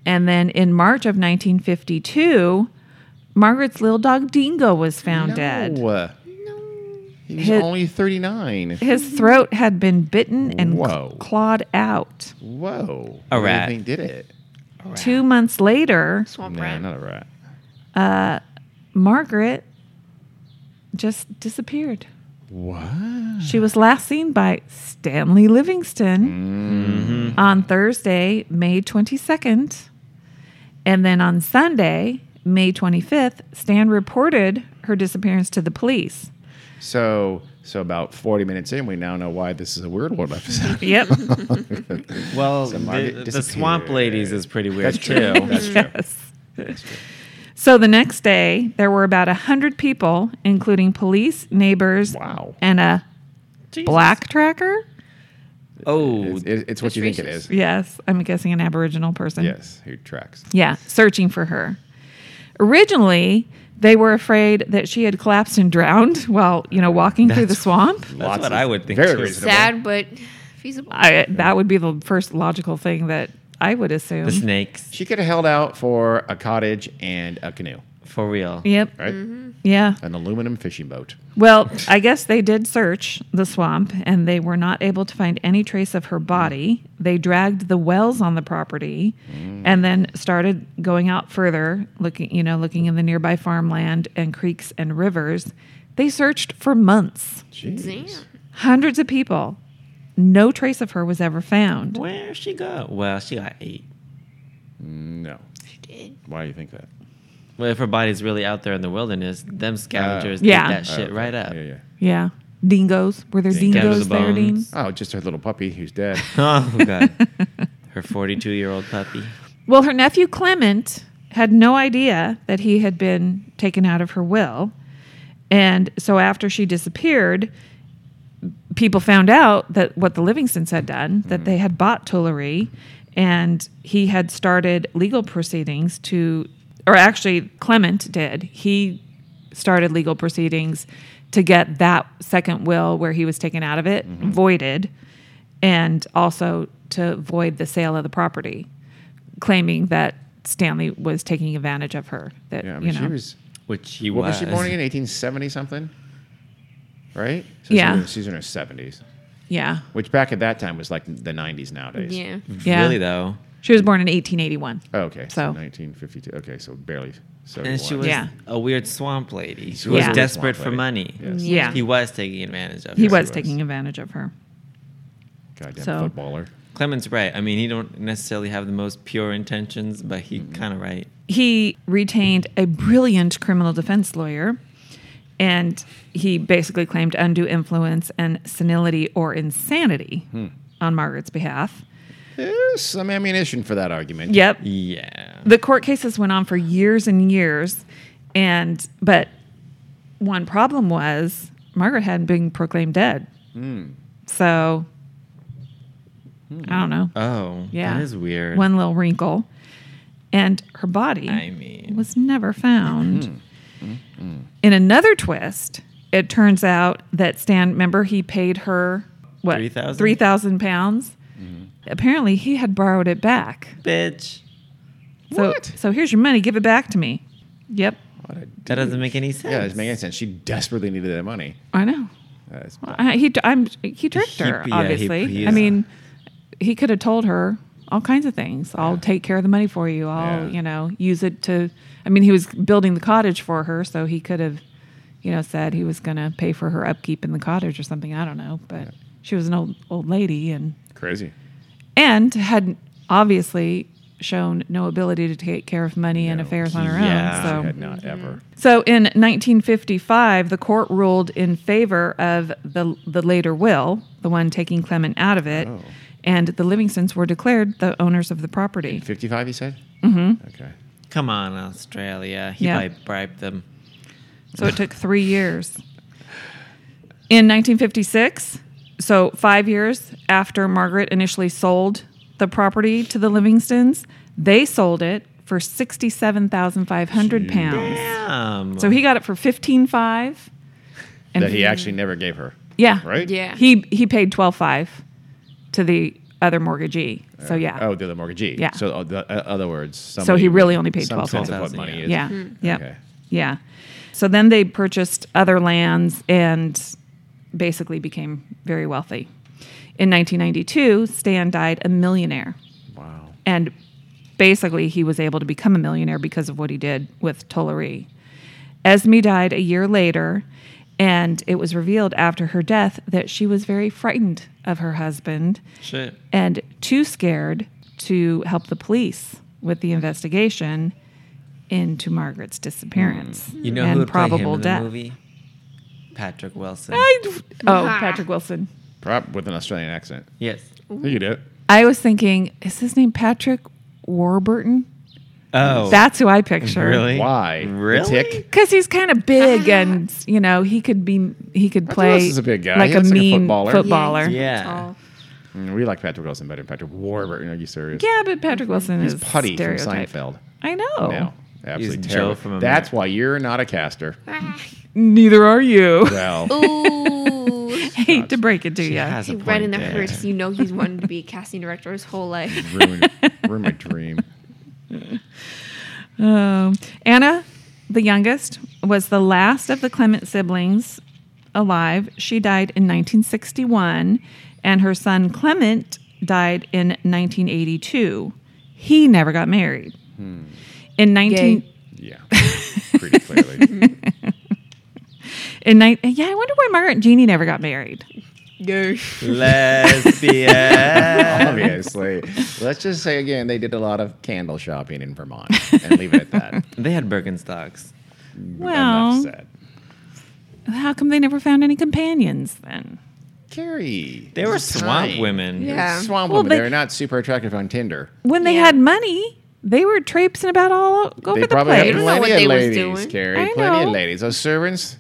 Speaker 2: And then in March of 1952, Margaret's little dog Dingo was found dead.
Speaker 1: No. He was
Speaker 2: Hit-
Speaker 1: only 39.
Speaker 2: His throat had been bitten and
Speaker 1: Whoa.
Speaker 2: clawed out.
Speaker 1: Whoa. What do
Speaker 3: A
Speaker 1: you
Speaker 3: rat.
Speaker 1: think did it?
Speaker 2: Two months later,
Speaker 4: Swamp
Speaker 1: No,
Speaker 4: rat.
Speaker 1: not a rat.
Speaker 2: Margaret just disappeared.
Speaker 1: What?
Speaker 2: She was last seen by Stanley Livingston
Speaker 1: Mm-hmm.
Speaker 2: on Thursday, May 22nd. And then on Sunday, May 25th, Stan reported her disappearance to the police.
Speaker 1: So, so about 40 minutes in, we now know why this is a Weird World episode.
Speaker 2: Yep.
Speaker 3: well,
Speaker 1: So Margaret
Speaker 3: the, the swamp
Speaker 1: disappeared.
Speaker 3: ladies is pretty weird
Speaker 1: That's true.
Speaker 3: too.
Speaker 1: That's true.
Speaker 2: yes. So the next day, there were about 100 people, including police, neighbors,
Speaker 1: Wow.
Speaker 2: and a black tracker.
Speaker 3: Oh,
Speaker 1: It's, it- it's what
Speaker 4: That's
Speaker 1: you think it is.
Speaker 4: racist.
Speaker 2: Yes, I'm guessing an Aboriginal person.
Speaker 1: Yes, who tracks.
Speaker 2: Yeah, searching for her. Originally, they were afraid that she had collapsed and drowned while, you know, walking through the swamp.
Speaker 3: that's what I would think.
Speaker 1: very
Speaker 3: too.
Speaker 1: reasonable.
Speaker 4: Sad but feasible.
Speaker 2: I, that would be the first logical thing that I would assume.
Speaker 3: The snakes,
Speaker 1: She could have held out for a cottage and a canoe,
Speaker 3: for real.
Speaker 2: Yep.
Speaker 1: right?
Speaker 2: Yeah.
Speaker 1: An aluminum fishing boat.
Speaker 2: Well, I guess they did search the swamp and they were not able to find any trace of her body. They dragged the wells on the property and then started going out further, looking, you know, looking in the nearby farmland and creeks and rivers. They searched for months,
Speaker 4: Damn.
Speaker 1: Jeez.
Speaker 2: hundreds of people. No trace of her was ever found.
Speaker 3: Where she go? Well, she got eight.
Speaker 1: No.
Speaker 4: She did.
Speaker 1: Why do you think that?
Speaker 3: Well, if her body's really out there in the wilderness, them scavengers eat
Speaker 2: Oh. Yeah.
Speaker 3: that shit
Speaker 1: Oh, okay.
Speaker 3: right up.
Speaker 1: Yeah, yeah.
Speaker 2: Yeah. Dingoes. Were there
Speaker 1: Dingoes.
Speaker 2: dingoes
Speaker 3: Down
Speaker 2: there,
Speaker 3: to the
Speaker 2: Dean?
Speaker 3: bones.
Speaker 1: Oh, just her little puppy who's dead.
Speaker 3: Oh god, her forty-two-year-old puppy.
Speaker 2: Well, her nephew Clement had no idea that he had been taken out of her will. And so after she disappeared, people found out that what the Livingstons had done,
Speaker 1: Mm-hmm.
Speaker 2: that they had bought Tuileries, and he had started legal proceedings to, or actually, Clement did. He started legal proceedings to get that second will where he was taken out of it
Speaker 1: Mm-hmm.
Speaker 2: voided, and also to void the sale of the property, claiming that Stanley was taking advantage of her. That
Speaker 1: Yeah, I
Speaker 2: you
Speaker 1: mean,
Speaker 2: know,
Speaker 1: she was.
Speaker 3: Which she
Speaker 1: What
Speaker 3: was.
Speaker 1: was she born in? 1870 something? Right? So
Speaker 2: Yeah.
Speaker 1: She's in, she's in her 70s,
Speaker 2: yeah,
Speaker 1: which back at that time was like the 90s nowadays.
Speaker 4: Yeah.
Speaker 2: yeah.
Speaker 3: Really though,
Speaker 2: She was born in 1881.
Speaker 1: Oh, okay.
Speaker 2: So.
Speaker 1: 1952. Okay, so barely. So
Speaker 3: and she was
Speaker 2: Yeah.
Speaker 3: a weird swamp lady.
Speaker 2: was
Speaker 3: She
Speaker 2: a
Speaker 3: was
Speaker 2: weird
Speaker 3: desperate
Speaker 1: swamp
Speaker 3: for
Speaker 1: lady.
Speaker 3: money.
Speaker 1: Yes.
Speaker 2: Yeah.
Speaker 3: He was taking advantage of.
Speaker 2: He
Speaker 3: her.
Speaker 2: was
Speaker 1: was.
Speaker 2: taking advantage of her.
Speaker 1: Goddamn
Speaker 2: so-
Speaker 1: footballer.
Speaker 3: Clement's right. I mean, he don't necessarily have the most pure intentions, but he
Speaker 1: Mm-hmm.
Speaker 3: kind of right.
Speaker 2: He retained a brilliant criminal defense lawyer, and he basically claimed undue influence and senility or insanity on Margaret's behalf.
Speaker 1: There's some ammunition for that argument.
Speaker 2: Yep.
Speaker 3: Yeah.
Speaker 2: The court cases went on for years and years, and but one problem was Margaret hadn't been proclaimed dead. So I don't know.
Speaker 3: Oh,
Speaker 2: Yeah.
Speaker 3: that is weird.
Speaker 2: One little wrinkle. And her body
Speaker 3: I mean-
Speaker 2: was never found. In another twist, it turns out that Stan, remember he paid her what?
Speaker 3: 3,000?
Speaker 2: 3,000 pounds. Apparently he had borrowed it back.
Speaker 3: bitch.
Speaker 2: So,
Speaker 1: What?
Speaker 2: so here's your money, give it back to me. Yep,
Speaker 1: What a
Speaker 3: That
Speaker 1: dude.
Speaker 3: doesn't make any sense.
Speaker 1: Yeah, it doesn't make any sense. She desperately needed that money.
Speaker 2: I know.
Speaker 1: Uh, it's-
Speaker 2: I, he, I'm, he tricked her,
Speaker 3: He- yeah, he-
Speaker 2: obviously.
Speaker 3: he
Speaker 2: I
Speaker 3: is-
Speaker 2: mean, he could have told her all kinds of things. I'll take care of the money for you. I'll,
Speaker 1: Yeah.
Speaker 2: you know, use it to. I mean, he was building the cottage for her, so he could have, you know, said he was going to pay for her upkeep in the cottage or something. I don't know, but she was an old old lady and
Speaker 1: crazy.
Speaker 2: and had obviously shown no ability to take care of money and
Speaker 1: No.
Speaker 2: affairs on her
Speaker 3: Yeah.
Speaker 1: She
Speaker 2: own. So
Speaker 1: had not ever.
Speaker 2: so in 1955, the court ruled in favor of the the later will, the one taking Clement out of it,
Speaker 1: Oh.
Speaker 2: and the Livingstons were declared the owners of the property.
Speaker 1: 55, you said? Mm-hmm. Okay.
Speaker 3: Come on, Australia. He
Speaker 2: Yeah.
Speaker 3: probably bribed them.
Speaker 2: So it took three years. In 1956, so five years after Margaret initially sold the property to the Livingstons, they sold it for sixty-seven thousand five hundred pounds.
Speaker 3: Damn.
Speaker 2: So he got it for fifteen-five, and
Speaker 1: That he actually never gave her,
Speaker 2: yeah,
Speaker 1: right?
Speaker 4: Yeah.
Speaker 2: He he paid twelve-five to the other mortgagee. So yeah,
Speaker 1: Oh, the other mortgagee.
Speaker 2: Yeah.
Speaker 1: So, uh, the, uh, other words, somebody,
Speaker 2: so he really only paid
Speaker 1: some
Speaker 2: twelve
Speaker 1: sense of
Speaker 2: thousand.
Speaker 1: what
Speaker 3: 12,000,
Speaker 1: money
Speaker 3: yeah.
Speaker 1: is.
Speaker 2: Yeah, yeah,
Speaker 1: Okay.
Speaker 2: yeah. So then they purchased other lands and basically became very wealthy. In 1992, Stan died a millionaire,
Speaker 1: Wow.
Speaker 2: and basically he was able to become a millionaire because of what he did with Tollery. Esme died a year later, and it was revealed after her death that she was very frightened of her husband
Speaker 3: Shit.
Speaker 2: and too scared to help the police with the investigation into Margaret's disappearance
Speaker 3: Mm. You know
Speaker 2: and
Speaker 3: who would play him
Speaker 2: probable
Speaker 3: in the
Speaker 2: death.
Speaker 3: movie? Patrick Wilson.
Speaker 2: I, oh, Patrick Wilson.
Speaker 1: Prop with an Australian accent.
Speaker 3: Yes.
Speaker 1: You could do it.
Speaker 2: I was thinking, is his name Patrick Warburton?
Speaker 3: Oh.
Speaker 2: That's who I picture.
Speaker 3: Really?
Speaker 1: Why?
Speaker 3: Really?
Speaker 1: The tick?
Speaker 2: Because he's kind of big, and you know he could be he could play
Speaker 1: Wilson's a big guy.
Speaker 2: like
Speaker 1: He
Speaker 2: a
Speaker 1: looks like a
Speaker 2: mean
Speaker 1: footballer.
Speaker 2: footballer. Yeah,
Speaker 3: Yeah.
Speaker 4: Tall.
Speaker 1: Mm, We like Patrick Wilson better than Patrick Warburton. Are you serious?
Speaker 2: but Patrick Wilson
Speaker 1: He's
Speaker 2: is
Speaker 1: putty from
Speaker 2: stereotype. Oh.
Speaker 1: Seinfeld.
Speaker 2: I know.
Speaker 1: No. Absolutely
Speaker 3: Joe
Speaker 1: terrible.
Speaker 3: from Amer-
Speaker 1: That's why you're not a caster.
Speaker 2: Neither are you.
Speaker 1: Well,
Speaker 4: Ooh.
Speaker 2: Hate to break it to you.
Speaker 3: She has a point
Speaker 4: right in the
Speaker 3: there.
Speaker 4: hurts. You know he's wanted to be a casting director his whole life.
Speaker 1: ruined, ruined my dream.
Speaker 2: Um, Anna, the youngest, was the last of the Clement siblings alive. She died in 1961, and her son Clement died in 1982. He never got married. In 19
Speaker 4: Gay.
Speaker 1: Yeah. Pretty clearly.
Speaker 2: in ni- yeah, I wonder why Margaret and Jeannie never got married.
Speaker 4: No.
Speaker 3: Lesbian.
Speaker 1: Obviously. Let's just say again, they did a lot of candle shopping in Vermont and leave it at that.
Speaker 3: they had Birkenstocks.
Speaker 2: Well,
Speaker 1: Enough said.
Speaker 2: how come they never found any companions then?
Speaker 1: Carrie.
Speaker 3: They were
Speaker 1: this is
Speaker 3: swamp
Speaker 1: time.
Speaker 3: women.
Speaker 4: Yeah.
Speaker 1: Swamp
Speaker 2: Well,
Speaker 1: women.
Speaker 2: they-
Speaker 1: They're not super attractive on Tinder.
Speaker 2: When they
Speaker 4: Yeah.
Speaker 2: had money, they were traipsing about all over
Speaker 1: they
Speaker 2: the
Speaker 1: probably
Speaker 2: place.
Speaker 1: had
Speaker 4: don't
Speaker 1: plenty
Speaker 4: know what
Speaker 1: of
Speaker 4: they was
Speaker 1: ladies,
Speaker 4: doing.
Speaker 1: Carrie.
Speaker 2: I
Speaker 1: plenty of
Speaker 2: know.
Speaker 1: ladies. Those servants,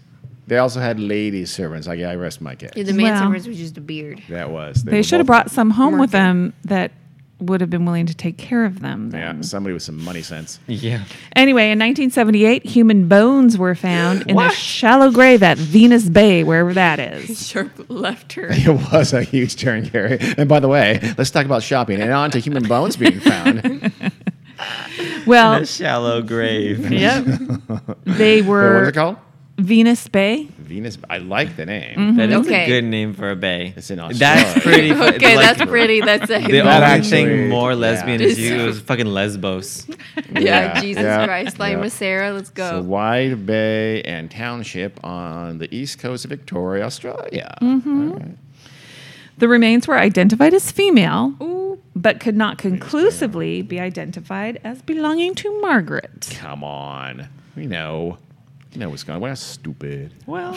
Speaker 1: they also had lady servants. Like I rest my case.
Speaker 4: Yeah, the man
Speaker 2: Well.
Speaker 4: somewhere was just a beard.
Speaker 1: That was.
Speaker 2: They
Speaker 1: were
Speaker 2: should have
Speaker 1: both-
Speaker 2: brought some home
Speaker 4: Market.
Speaker 2: with them that would have been willing to take care of them.
Speaker 1: Yeah,
Speaker 2: then.
Speaker 1: somebody with some money sense.
Speaker 3: Yeah.
Speaker 2: Anyway, in 1978, human bones were found in a
Speaker 3: What?
Speaker 2: shallow grave at Venus Bay, wherever that is.
Speaker 4: Sharp left her.
Speaker 1: It was a huge turn, Carrie. And by the way, let's talk about shopping and on to human bones being found.
Speaker 2: Well,
Speaker 3: A shallow grave.
Speaker 2: yep. They
Speaker 1: Or what is
Speaker 2: were
Speaker 1: it called?
Speaker 2: Venus Bay.
Speaker 1: Venus. I like the name.
Speaker 3: That is
Speaker 4: Okay.
Speaker 3: a good name for a bay.
Speaker 1: It's in Australia.
Speaker 3: That's pretty. fu-
Speaker 4: Okay,
Speaker 3: like,
Speaker 4: that's pretty. That's it.
Speaker 3: The
Speaker 1: That
Speaker 3: only
Speaker 1: actually-
Speaker 3: thing more
Speaker 1: yeah.
Speaker 3: lesbian is you is fucking Lesbos.
Speaker 4: yeah,
Speaker 1: Yeah.
Speaker 4: Jesus
Speaker 1: Yeah.
Speaker 4: Christ. Like
Speaker 1: Yeah.
Speaker 4: Miss Sarah, let's go.
Speaker 1: So Wide Bay and Township on the east coast of Victoria, Australia.
Speaker 4: Hmm.
Speaker 2: The remains were identified as female, but could not conclusively be identified as belonging to Margaret.
Speaker 1: Come on. We know. We know what's going on. We're not stupid.
Speaker 3: Well,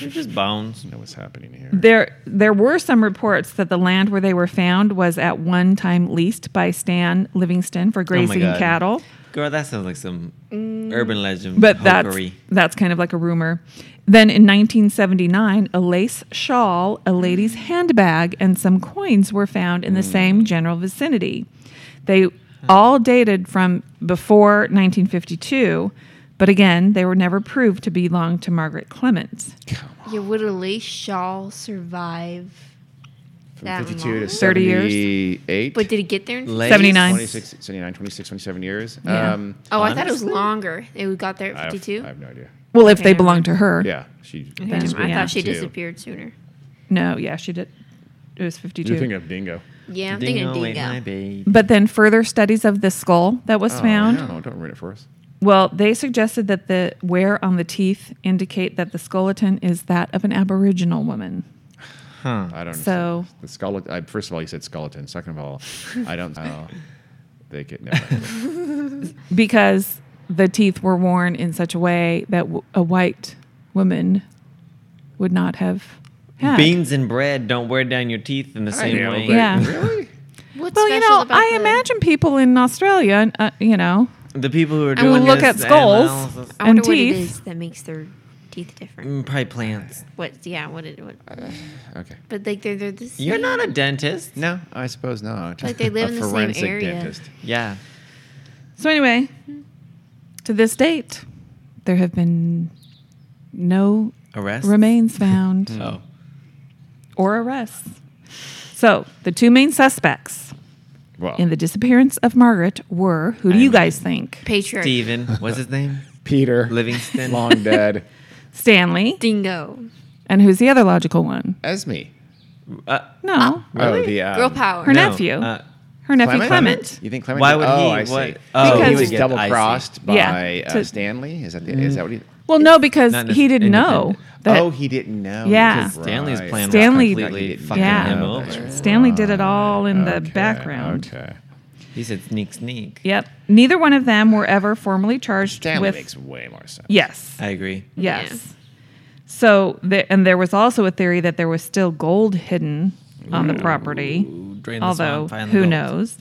Speaker 3: they're just bones.
Speaker 1: We know what's happening here.
Speaker 2: There, there were some reports that the land where they were found was at one time leased by Stan Livingston for grazing
Speaker 3: God.
Speaker 2: cattle.
Speaker 3: Girl, that sounds like some
Speaker 4: Mm.
Speaker 3: urban legend.
Speaker 2: but that's
Speaker 3: hokery.
Speaker 2: that's kind of like a rumor. Then in 1979, a lace shawl, a lady's handbag, and some coins were found in the same general vicinity. They all dated from before 1952, but again, they were never proved to belong to Margaret Clements.
Speaker 4: yeah, would a lace shawl survive?
Speaker 1: From
Speaker 4: That
Speaker 1: 52 to
Speaker 4: long?
Speaker 2: 30 years.
Speaker 1: 78.
Speaker 4: But did it get there? in
Speaker 3: Lace-
Speaker 2: 79.
Speaker 1: 26, 79, 26, 27 years.
Speaker 2: Yeah.
Speaker 1: Um,
Speaker 4: Oh, I thought it was
Speaker 3: Honestly?
Speaker 4: longer. It got there
Speaker 1: I
Speaker 4: at
Speaker 1: have-
Speaker 4: 52.
Speaker 1: I have no idea.
Speaker 2: Well, if
Speaker 4: Okay,
Speaker 2: they
Speaker 4: never
Speaker 2: belonged to her.
Speaker 1: Yeah. She,
Speaker 4: Damn,
Speaker 2: That's
Speaker 4: I
Speaker 2: yeah.
Speaker 4: thought she
Speaker 1: Two.
Speaker 4: disappeared sooner.
Speaker 2: No, yeah, she did. It was 52.
Speaker 1: You're thinking of Dingo.
Speaker 4: Yeah, I'm
Speaker 3: Dingo
Speaker 4: thinking
Speaker 3: ain't
Speaker 4: dingo.
Speaker 3: my babe.
Speaker 2: but then further studies of the skull that was found
Speaker 1: Oh, no, don't ruin it for us.
Speaker 2: Well, they suggested that the wear on the teeth indicate that the skeleton is that of an Aboriginal woman.
Speaker 1: I don't
Speaker 2: So-
Speaker 1: understand. The skeleton. I, first of all, you said skeleton. Second of all, I don't know. they could. Never mind.
Speaker 2: because the teeth were worn in such a way that w- a white woman would not have had.
Speaker 3: Beans and bread don't wear down your teeth in the
Speaker 1: I
Speaker 3: same
Speaker 1: know,
Speaker 3: way.
Speaker 1: but
Speaker 2: Yeah.
Speaker 1: Really?
Speaker 4: What's
Speaker 2: Well, you
Speaker 4: special
Speaker 2: know,
Speaker 4: about
Speaker 2: I
Speaker 4: the-
Speaker 2: imagine people in Australia, uh, you know,
Speaker 3: The people who are
Speaker 2: and
Speaker 3: doing
Speaker 2: will look at
Speaker 3: this
Speaker 2: skulls
Speaker 3: analysis-
Speaker 4: I wonder
Speaker 2: and
Speaker 4: what it
Speaker 2: teeth.
Speaker 4: is that makes their teeth different.
Speaker 3: Mm, probably plants.
Speaker 4: What? Yeah. What? It, what
Speaker 1: Uh, Okay.
Speaker 4: but like they're they're the same.
Speaker 3: You're not a dentist.
Speaker 1: No, I suppose not.
Speaker 4: Like they live in the same area.
Speaker 3: Yeah.
Speaker 2: So anyway, to this date, there have been no
Speaker 3: Arrest.
Speaker 2: remains found.
Speaker 3: Oh.
Speaker 2: or arrests. So the two main suspects
Speaker 1: Well,
Speaker 2: in the disappearance of Margaret were who do you guys think?
Speaker 4: patriarch.
Speaker 3: Steven. What's his name?
Speaker 1: Peter
Speaker 3: Livingston.
Speaker 1: long dead.
Speaker 2: Stanley,
Speaker 4: Dingo.
Speaker 2: and who's the other logical one?
Speaker 1: Esme.
Speaker 3: Uh,
Speaker 2: No,
Speaker 1: Oh, the um,
Speaker 4: Girl power.
Speaker 2: her nephew.
Speaker 3: uh,
Speaker 2: her nephew Clement.
Speaker 1: You think Clement?
Speaker 3: Why
Speaker 1: did-
Speaker 3: would
Speaker 1: oh,
Speaker 3: he-
Speaker 1: I see.
Speaker 3: what-
Speaker 1: Oh,
Speaker 2: Because-
Speaker 1: he
Speaker 2: I
Speaker 1: was
Speaker 2: see.
Speaker 1: double crossed by
Speaker 2: Yeah,
Speaker 1: uh,
Speaker 2: to-
Speaker 1: Stanley. Is that the, is that what he?
Speaker 2: Well, no, because
Speaker 3: Not
Speaker 2: he didn't know
Speaker 3: independent.
Speaker 2: that
Speaker 1: oh, he didn't know.
Speaker 2: Yeah.
Speaker 1: Right.
Speaker 2: Because
Speaker 3: Stanley's plan
Speaker 2: Stanley-
Speaker 3: was
Speaker 1: Like he
Speaker 3: completely
Speaker 1: didn't
Speaker 3: fucking
Speaker 2: Yeah.
Speaker 3: him
Speaker 1: know, that's
Speaker 3: over.
Speaker 1: right.
Speaker 2: Stanley did it all in the
Speaker 1: Okay,
Speaker 2: background.
Speaker 1: Okay.
Speaker 3: He said sneak, sneak.
Speaker 2: Yep. Neither one of them were ever formally charged
Speaker 1: Stanley
Speaker 2: with.
Speaker 1: makes way more sense.
Speaker 2: yes.
Speaker 3: I agree.
Speaker 2: Yes.
Speaker 4: Yeah.
Speaker 2: So, the, and there was also a theory that there was still gold hidden on the property.
Speaker 3: Ooh, drain the
Speaker 2: Although,
Speaker 3: swamp, find the
Speaker 2: who
Speaker 3: gold.
Speaker 2: knows?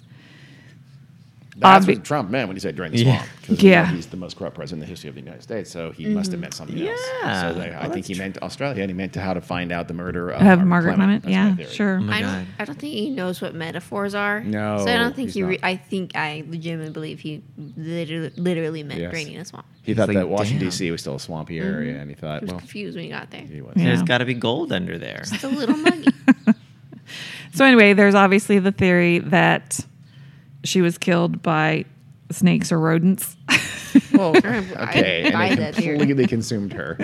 Speaker 1: That's
Speaker 2: Obvi-
Speaker 1: what Trump meant when he said drain the
Speaker 3: Yeah.
Speaker 1: swamp. 'cause we know
Speaker 2: Yeah. Mm.
Speaker 1: He's the most corrupt president in the history of the United States, so he must have meant something else.
Speaker 3: Yeah.
Speaker 1: So they,
Speaker 3: Well,
Speaker 1: I think
Speaker 3: that's
Speaker 1: he meant Australia and he meant to how to find out the murder of,
Speaker 2: Of Margaret Clement?
Speaker 1: That's my
Speaker 2: Yeah,
Speaker 1: theory. Mm-hmm.
Speaker 2: sure.
Speaker 3: my
Speaker 4: I
Speaker 3: God.
Speaker 4: don't. I don't think he knows what metaphors are.
Speaker 1: No,
Speaker 4: So I don't think
Speaker 1: he's
Speaker 4: he. Re-
Speaker 1: not.
Speaker 4: I think I legitimately believe he literally, literally meant
Speaker 1: Yes.
Speaker 4: draining a swamp.
Speaker 1: He
Speaker 3: He's
Speaker 1: thought
Speaker 3: like,
Speaker 1: that Washington
Speaker 3: "Damn."
Speaker 1: D.C. was still a swampy area, and he thought,
Speaker 4: Mm-hmm. He was
Speaker 1: well,
Speaker 4: confused when he got there.
Speaker 1: he was.
Speaker 2: Yeah.
Speaker 3: There's got to be gold under there.
Speaker 4: It's a little muggy.
Speaker 2: So anyway, there's obviously the theory that she was killed by snakes or rodents.
Speaker 1: Well,
Speaker 4: I
Speaker 1: okay,
Speaker 4: buy
Speaker 1: and they
Speaker 4: that theory.
Speaker 1: completely consumed her.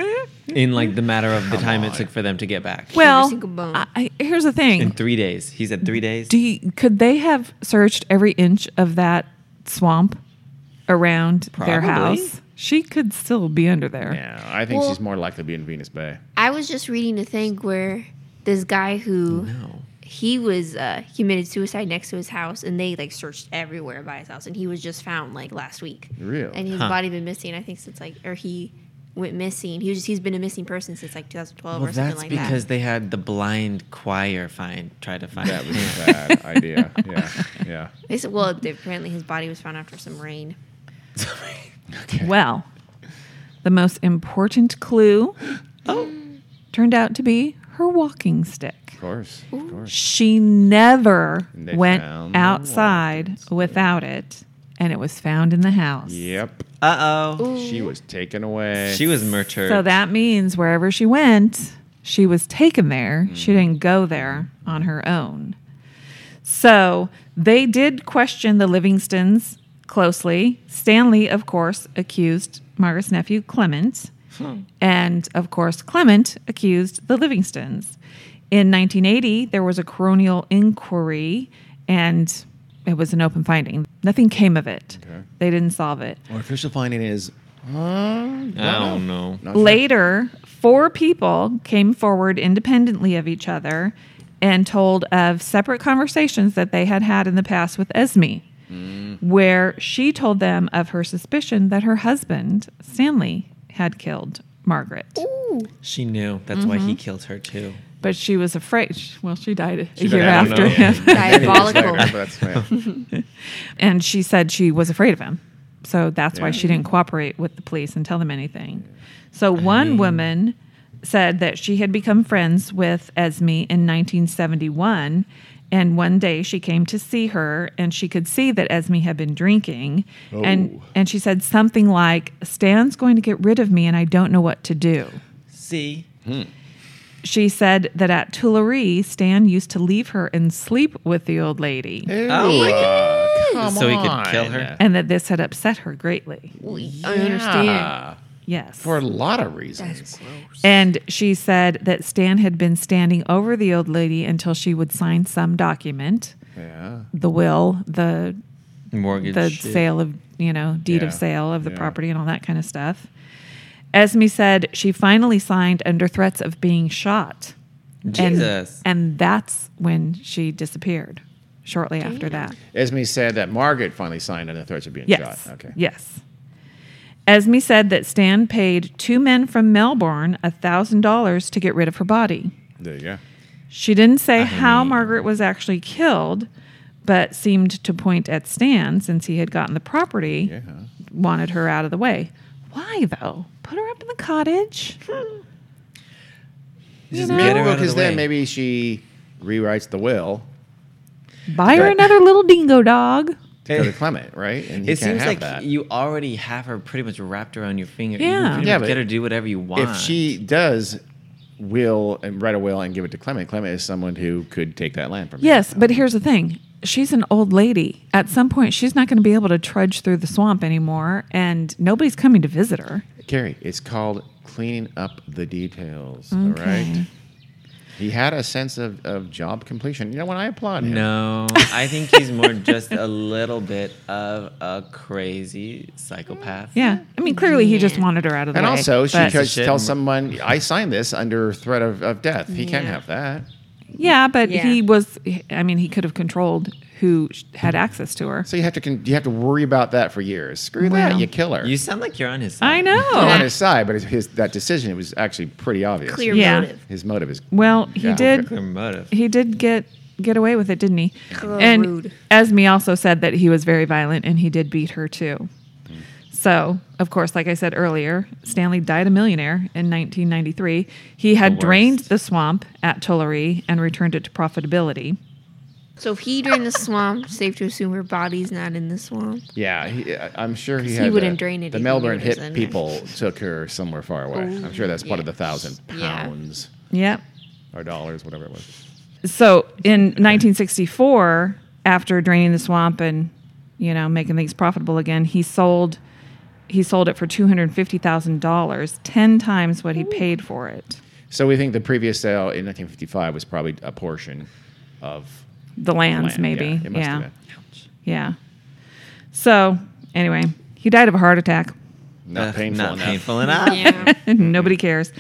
Speaker 3: In like the matter of the time it
Speaker 1: on.
Speaker 3: took for them to get back.
Speaker 2: well,
Speaker 4: single bone.
Speaker 2: I, I- here's the
Speaker 3: In
Speaker 2: thing:
Speaker 3: three days. He said three days.
Speaker 2: Do you, could they have searched every inch of that swamp around their
Speaker 3: Probably.
Speaker 2: house? She could still be under there.
Speaker 1: Yeah, I think
Speaker 4: Well-
Speaker 1: she's more likely to be in Venus Bay.
Speaker 4: I was just reading a thing where this guy who
Speaker 3: No.
Speaker 4: he was uh, he committed suicide next to his house, and they like searched everywhere by his house, and he was just found like last week.
Speaker 1: Really?
Speaker 4: And his
Speaker 3: Huh.
Speaker 4: body been missing. I think since like or he went missing. He was he's been a missing person since like 2012
Speaker 3: Well,
Speaker 4: or something
Speaker 3: that's
Speaker 4: like
Speaker 3: because
Speaker 4: that.
Speaker 3: they had the blind choir find try to find
Speaker 1: That was
Speaker 3: him.
Speaker 1: a bad idea. Yeah, yeah.
Speaker 4: They said, well, apparently his body was found after some rain.
Speaker 1: Okay.
Speaker 2: Well, the most important clue
Speaker 1: Oh.
Speaker 2: turned out to be her walking stick.
Speaker 1: of course, of course.
Speaker 2: She never
Speaker 1: And they
Speaker 2: went
Speaker 1: found the
Speaker 2: outside
Speaker 1: walking
Speaker 2: without it, and it was found in the house.
Speaker 1: Yep,
Speaker 3: Uh oh.
Speaker 1: she was taken away.
Speaker 3: She was murdered.
Speaker 2: So that means wherever she went, she was taken there.
Speaker 1: Mm.
Speaker 2: She didn't go there on her own. So they did question the Livingstons closely. Stanley, of course, accused Margaret's nephew, Clement.
Speaker 3: Hmm.
Speaker 2: And of course, Clement accused the Livingstons. In 1980, there was a coronial inquiry, and it was an open finding. Nothing came of it.
Speaker 1: Okay.
Speaker 2: They didn't solve it.
Speaker 1: Our official finding is. Uh, I
Speaker 3: I don't know.
Speaker 2: Later, four people came forward independently of each other and told of separate conversations that they had had in the past with Esme, where she told them of her suspicion that her husband, Stanley, had killed Margaret.
Speaker 3: She knew. That's why he Mm-hmm. killed her too.
Speaker 2: But she was afraid. She- Well, she died a
Speaker 1: She
Speaker 2: year
Speaker 1: died- I don't
Speaker 2: after
Speaker 1: know.
Speaker 2: him.
Speaker 4: Diabolical.
Speaker 2: and she said she was afraid of him. So that's why
Speaker 1: Yeah.
Speaker 2: she didn't cooperate with the police and tell them anything. So one woman said that she had become friends with Esme in 1971. And one day she came to see her and she could see that Esme had been drinking. And,
Speaker 1: Oh.
Speaker 2: and she said something like, Stan's going to get rid of me and I don't know what to do.
Speaker 3: See,
Speaker 2: She said that at Tuileries, Stan used to leave her and sleep with the old lady.
Speaker 3: Oh,
Speaker 1: oh, come
Speaker 3: So he could kill
Speaker 1: on.
Speaker 3: her?
Speaker 2: and that this had upset her greatly.
Speaker 4: I understand.
Speaker 1: Yeah,
Speaker 2: Yes.
Speaker 1: for a lot of reasons.
Speaker 2: and she said that Stan had been standing over the old lady until she would sign some document,
Speaker 1: Yeah.
Speaker 2: the will, the
Speaker 3: mortgage.
Speaker 2: the
Speaker 3: shit.
Speaker 2: sale of, you know, deed of
Speaker 1: Yeah.
Speaker 2: sale of the
Speaker 1: Yeah.
Speaker 2: property and all that kind of stuff. Esme said she finally signed under threats of being shot. And-
Speaker 3: Jesus.
Speaker 2: And, that's when she disappeared. shortly after
Speaker 4: Damn.
Speaker 2: that.
Speaker 1: Esme said that Margaret finally signed under threats of being
Speaker 2: Yes.
Speaker 1: shot. Okay.
Speaker 2: Yes. Esme said that Stan paid two men from Melbourne $1,000 to get rid of her body.
Speaker 1: There you go.
Speaker 2: She didn't say how Margaret was actually killed, but seemed to point at Stan since he had gotten the property,
Speaker 1: Yeah.
Speaker 2: wanted her out of the way. Why though? Put her up in the cottage.
Speaker 3: Just
Speaker 2: know?
Speaker 3: get her out of
Speaker 1: Because
Speaker 3: the way.
Speaker 1: then maybe she rewrites the will
Speaker 2: Buy her
Speaker 1: That-
Speaker 2: another little dingo dog.
Speaker 1: to go to Clement, right? And he
Speaker 3: it
Speaker 1: can't
Speaker 3: seems
Speaker 1: have
Speaker 3: like
Speaker 1: that.
Speaker 3: you already have her pretty much wrapped around your finger.
Speaker 2: Yeah.
Speaker 3: You can pretty
Speaker 1: Yeah,
Speaker 3: much
Speaker 1: but
Speaker 3: get her to do whatever you want.
Speaker 1: if she does will and write a will and give it to Clement, Clement is someone who could take that land from you.
Speaker 2: Yes, but here's the thing. She's an old lady. At some point, she's not going to be able to trudge through the swamp anymore, and nobody's coming to visit her.
Speaker 1: Carrie, it's called cleaning up the details. All right. He had a sense of, of job completion. You know, when I applaud him,
Speaker 3: No, I think he's more just a little bit of a crazy psychopath.
Speaker 2: Yeah. I mean, clearly, he just
Speaker 4: Yeah.
Speaker 2: wanted her out of the
Speaker 1: and
Speaker 2: way.
Speaker 1: also she
Speaker 2: but-
Speaker 1: could
Speaker 3: Shit.
Speaker 1: tell someone, I signed this under threat of, of death. He can't
Speaker 4: Yeah.
Speaker 1: have that.
Speaker 2: Yeah, but
Speaker 4: Yeah.
Speaker 2: he was, I mean, he could have controlled who sh- had access to her.
Speaker 1: So you have to con- you have to worry about that for years. Screw
Speaker 2: Well.
Speaker 1: that, you kill her.
Speaker 3: You sound like you're on his side.
Speaker 2: I
Speaker 1: You're on
Speaker 2: know.
Speaker 1: his side, but his, his that decision was actually pretty obvious.
Speaker 4: Clear
Speaker 2: Yeah.
Speaker 4: motive.
Speaker 1: His motive is
Speaker 2: Well, he
Speaker 1: Yeah.
Speaker 2: did.
Speaker 3: Clear motive.
Speaker 2: He did get get away with it, didn't he?
Speaker 4: Oh,
Speaker 2: and
Speaker 4: rude.
Speaker 2: Esme also said that he was very violent and he did beat her too. So, of course, like I said earlier, Stanley died a millionaire in 1993. He had
Speaker 3: The
Speaker 2: drained
Speaker 3: worst.
Speaker 2: the swamp at Tulare and returned it to profitability.
Speaker 4: So if he drained the swamp, safe to assume her body's not in the swamp.
Speaker 1: Yeah, he, I- I'm sure he
Speaker 4: 'Cause
Speaker 1: had.
Speaker 4: he wouldn't
Speaker 1: the-
Speaker 4: drain it
Speaker 1: The
Speaker 4: if he
Speaker 1: Melbourne
Speaker 4: knew it
Speaker 1: hit
Speaker 4: was in there.
Speaker 1: people took her somewhere far away. I'm sure that's part of the thousand
Speaker 4: Yeah.
Speaker 1: pounds
Speaker 2: Yep.
Speaker 1: or dollars, whatever it was.
Speaker 2: So in 1964, after draining the swamp and you know making things profitable again, he sold he sold it for two hundred fifty thousand dollars, ten times what he paid for it.
Speaker 1: So we think the previous sale in 1955 was probably a portion of
Speaker 2: The lands,
Speaker 1: land.
Speaker 2: maybe,
Speaker 1: Yeah, it
Speaker 2: yeah,
Speaker 1: must
Speaker 2: yeah.
Speaker 1: have been.
Speaker 2: So anyway, he died of a heart attack.
Speaker 1: Not
Speaker 3: That's
Speaker 1: painful
Speaker 3: Not
Speaker 1: enough.
Speaker 3: painful enough.
Speaker 4: Yeah.
Speaker 2: Nobody cares.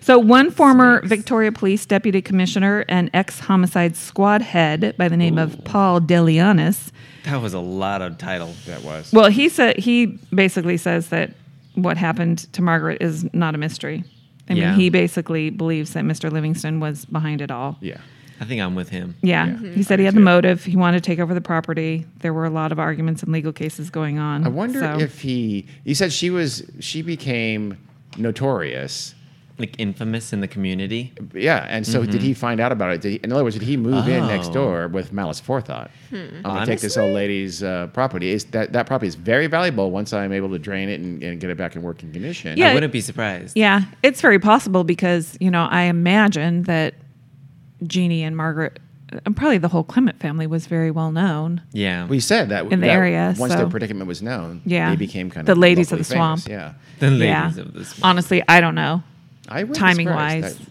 Speaker 2: So, one former
Speaker 3: Snakes.
Speaker 2: Victoria Police Deputy Commissioner and ex homicide squad head by the name of Paul DeLeonis
Speaker 3: That was a lot of title.
Speaker 1: That was.
Speaker 2: Well, he said he basically says that what happened to Margaret is not a mystery. I
Speaker 3: Yeah.
Speaker 2: mean, he basically believes that Mr. Livingston was behind it all.
Speaker 1: yeah.
Speaker 3: I think I'm with him.
Speaker 2: Yeah,
Speaker 1: Mhm.
Speaker 2: he said he
Speaker 1: I
Speaker 2: had
Speaker 1: do
Speaker 2: the
Speaker 1: too.
Speaker 2: motive. He wanted to take over the property. There were a lot of arguments and legal cases going on.
Speaker 1: I wonder
Speaker 2: so-
Speaker 1: if he. You said she was. She became notorious.
Speaker 3: Like infamous in the community.
Speaker 1: Yeah, and so did he find out about it? Did he, in other words, did he move in next
Speaker 3: Mm-hmm. Oh.
Speaker 1: door with malice forethought?
Speaker 2: Hmm.
Speaker 1: I'm gonna take this
Speaker 3: Honestly?
Speaker 1: old lady's uh, property. It's, that that property is very valuable once I'm able to drain it and, and get it back in working condition.
Speaker 2: Yeah.
Speaker 3: I wouldn't be surprised.
Speaker 2: Yeah, it's very possible because you know I imagine that Jeannie and Margaret, and probably the whole Clement family, was very well known.
Speaker 3: Yeah.
Speaker 1: we said that
Speaker 2: In the
Speaker 1: that
Speaker 2: area,
Speaker 1: Once their
Speaker 2: so-
Speaker 1: predicament was known,
Speaker 2: Yeah.
Speaker 1: they became kind
Speaker 2: The
Speaker 1: of
Speaker 2: ladies of
Speaker 1: locally
Speaker 2: the
Speaker 1: famous.
Speaker 2: swamp.
Speaker 1: Yeah,
Speaker 3: the
Speaker 2: yeah, Um,
Speaker 3: ladies of this.
Speaker 2: honestly, I don't know
Speaker 1: I wouldn't be
Speaker 2: timing
Speaker 1: surprised
Speaker 2: wise.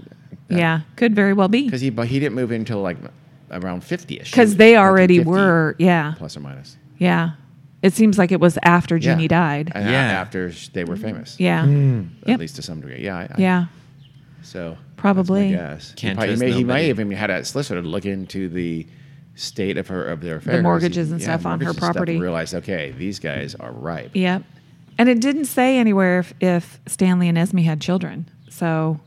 Speaker 1: that-
Speaker 2: yeah, could very well be.
Speaker 1: because he but he didn't move in until like around fifty ish.
Speaker 2: because they already were yeah
Speaker 1: plus or minus.
Speaker 2: yeah it seems like it was after jeannie died Mm-hmm.
Speaker 1: and a-
Speaker 3: Yeah.
Speaker 1: after sh- they were famous.
Speaker 2: yeah
Speaker 3: Hmm.
Speaker 1: at
Speaker 2: Yep.
Speaker 1: least to some degree. Yeah, I, I,
Speaker 2: yeah
Speaker 1: So that's my
Speaker 2: Probably.
Speaker 1: guess.
Speaker 3: Can't
Speaker 1: he, probably-
Speaker 3: trust
Speaker 1: he may, he
Speaker 3: nobody.
Speaker 1: may have even had a solicitor look into the state of her of their affairs,
Speaker 2: mortgages
Speaker 1: He-
Speaker 2: and stuff on her
Speaker 1: mortgages and
Speaker 2: property.
Speaker 1: And realized, okay, these guys are ripe.
Speaker 2: yep and it didn't say anywhere if, if stanley and esme had children so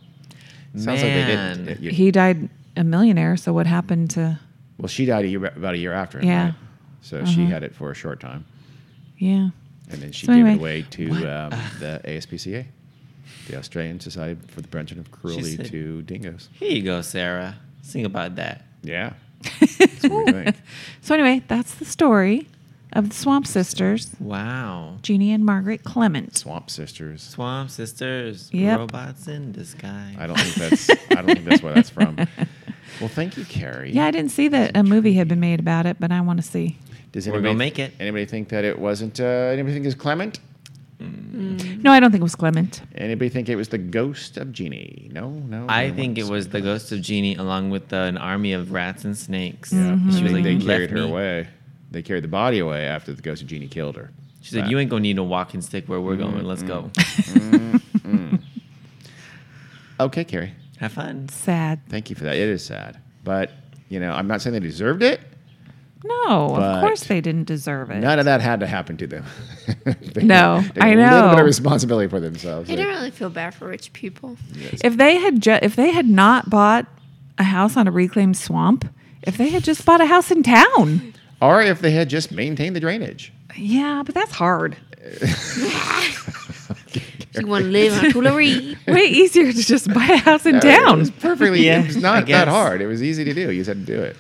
Speaker 1: Sounds like they
Speaker 3: Man.
Speaker 1: didn't. You-
Speaker 2: he died a millionaire so what happened to
Speaker 1: well, she died a year, about a year after him.
Speaker 2: Yeah.
Speaker 1: right? So she had it for a short time,
Speaker 2: yeah
Speaker 1: and then she
Speaker 2: So
Speaker 1: gave
Speaker 2: anyway,
Speaker 1: it away to um, the ASPCA, the Australian Society for the Prevention of Cruelty
Speaker 3: said-
Speaker 1: to Dingoes.
Speaker 3: Here you go, Sarah. Sing about that.
Speaker 1: Yeah. That's what we think.
Speaker 2: so anyway that's the story of the swamp sisters
Speaker 3: Wow.
Speaker 2: jeannie and margaret clement
Speaker 1: Swamp Sisters.
Speaker 3: Swamp Sisters,
Speaker 2: Yep.
Speaker 3: robots in disguise.
Speaker 1: I don't think that's. I don't think that's where that's from. Well, thank you, Carrie.
Speaker 2: yeah i didn't see that a movie had been made about it but i want to see
Speaker 1: Does
Speaker 3: We're
Speaker 1: anybody
Speaker 3: gonna make it.
Speaker 1: Anybody think that it wasn't? Uh, anybody think it was Clement?
Speaker 2: no i don't think it was clement
Speaker 1: Anybody think it was the ghost of Genie? No, no.
Speaker 3: I
Speaker 1: no
Speaker 3: think it
Speaker 1: one's-
Speaker 3: was the ghost of Genie along with uh, an army of rats and snakes.
Speaker 1: Yeah, and
Speaker 3: She was
Speaker 1: they,
Speaker 3: like,
Speaker 1: they
Speaker 3: "You
Speaker 1: carried
Speaker 3: left
Speaker 1: her
Speaker 3: me."
Speaker 1: away. They carried the body away after the ghost of Genie killed her.
Speaker 3: She said, "You ain't gonna need a walking stick where we're
Speaker 1: Mm-hmm.
Speaker 3: going. Let's go.
Speaker 1: Okay, Carrie.
Speaker 3: Have fun."
Speaker 2: sad
Speaker 1: Thank you for that. It is sad, but you know, I'm not saying they deserved it.
Speaker 2: No,
Speaker 1: But-
Speaker 2: of course they didn't deserve it.
Speaker 1: None of that had to happen to them. They
Speaker 2: No,
Speaker 1: took
Speaker 2: I
Speaker 1: A little bit
Speaker 2: know.
Speaker 1: of responsibility for themselves.
Speaker 4: I
Speaker 1: They-
Speaker 4: don't really feel bad for rich people.
Speaker 2: If they had ju- if they had not bought a house on a reclaimed swamp, if they had just bought a house in town.
Speaker 1: or if they had just maintained the drainage.
Speaker 2: Yeah, but that's hard.
Speaker 4: You want to live on Tuileries.
Speaker 2: Way easier to just buy a house in
Speaker 1: It
Speaker 2: town.
Speaker 1: was perfectly.
Speaker 3: Yeah,
Speaker 1: it was
Speaker 3: I
Speaker 1: not that
Speaker 3: guess.
Speaker 1: hard. It was easy to do. You just had to do it.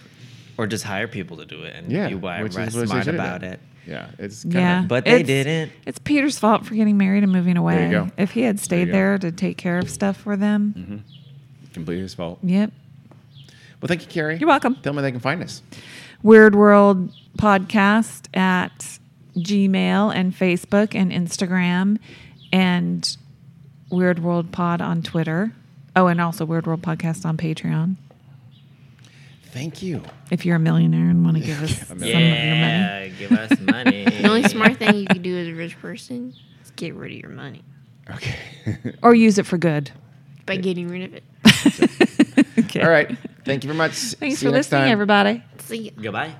Speaker 3: Or just hire people to do it, and
Speaker 1: Yeah,
Speaker 3: you were
Speaker 1: which is what they
Speaker 3: smart
Speaker 1: should've
Speaker 3: about
Speaker 1: done.
Speaker 3: it.
Speaker 1: Yeah, it's kind
Speaker 2: Yeah,
Speaker 1: of
Speaker 3: But they
Speaker 2: It's-
Speaker 3: didn't.
Speaker 2: It's Peter's fault for getting married and moving away.
Speaker 1: go.
Speaker 2: If he had stayed
Speaker 1: go. Mm-hmm.
Speaker 2: there, to take care of stuff for them,
Speaker 1: completely his fault.
Speaker 2: yep.
Speaker 1: Well, thank you, Carrie.
Speaker 2: You're welcome.
Speaker 1: Tell me they can find us.
Speaker 2: Weird World Podcast at Gmail and Facebook and Instagram and Weird World Pod on Twitter. Oh, and also Weird World Podcast on Patreon.
Speaker 1: Thank you.
Speaker 2: If you're a millionaire and want to give us some of your money.
Speaker 3: Yeah, give us money.
Speaker 4: The only smart thing you can do as a rich person is get rid of your money
Speaker 1: Okay.
Speaker 2: Or use it for good.
Speaker 4: by getting rid of it.
Speaker 2: Okay.
Speaker 1: All right. Thank you very much.
Speaker 2: Thanks
Speaker 1: See you
Speaker 2: for
Speaker 1: next
Speaker 2: listening,
Speaker 1: time.
Speaker 2: everybody.
Speaker 4: See ya.
Speaker 3: Goodbye.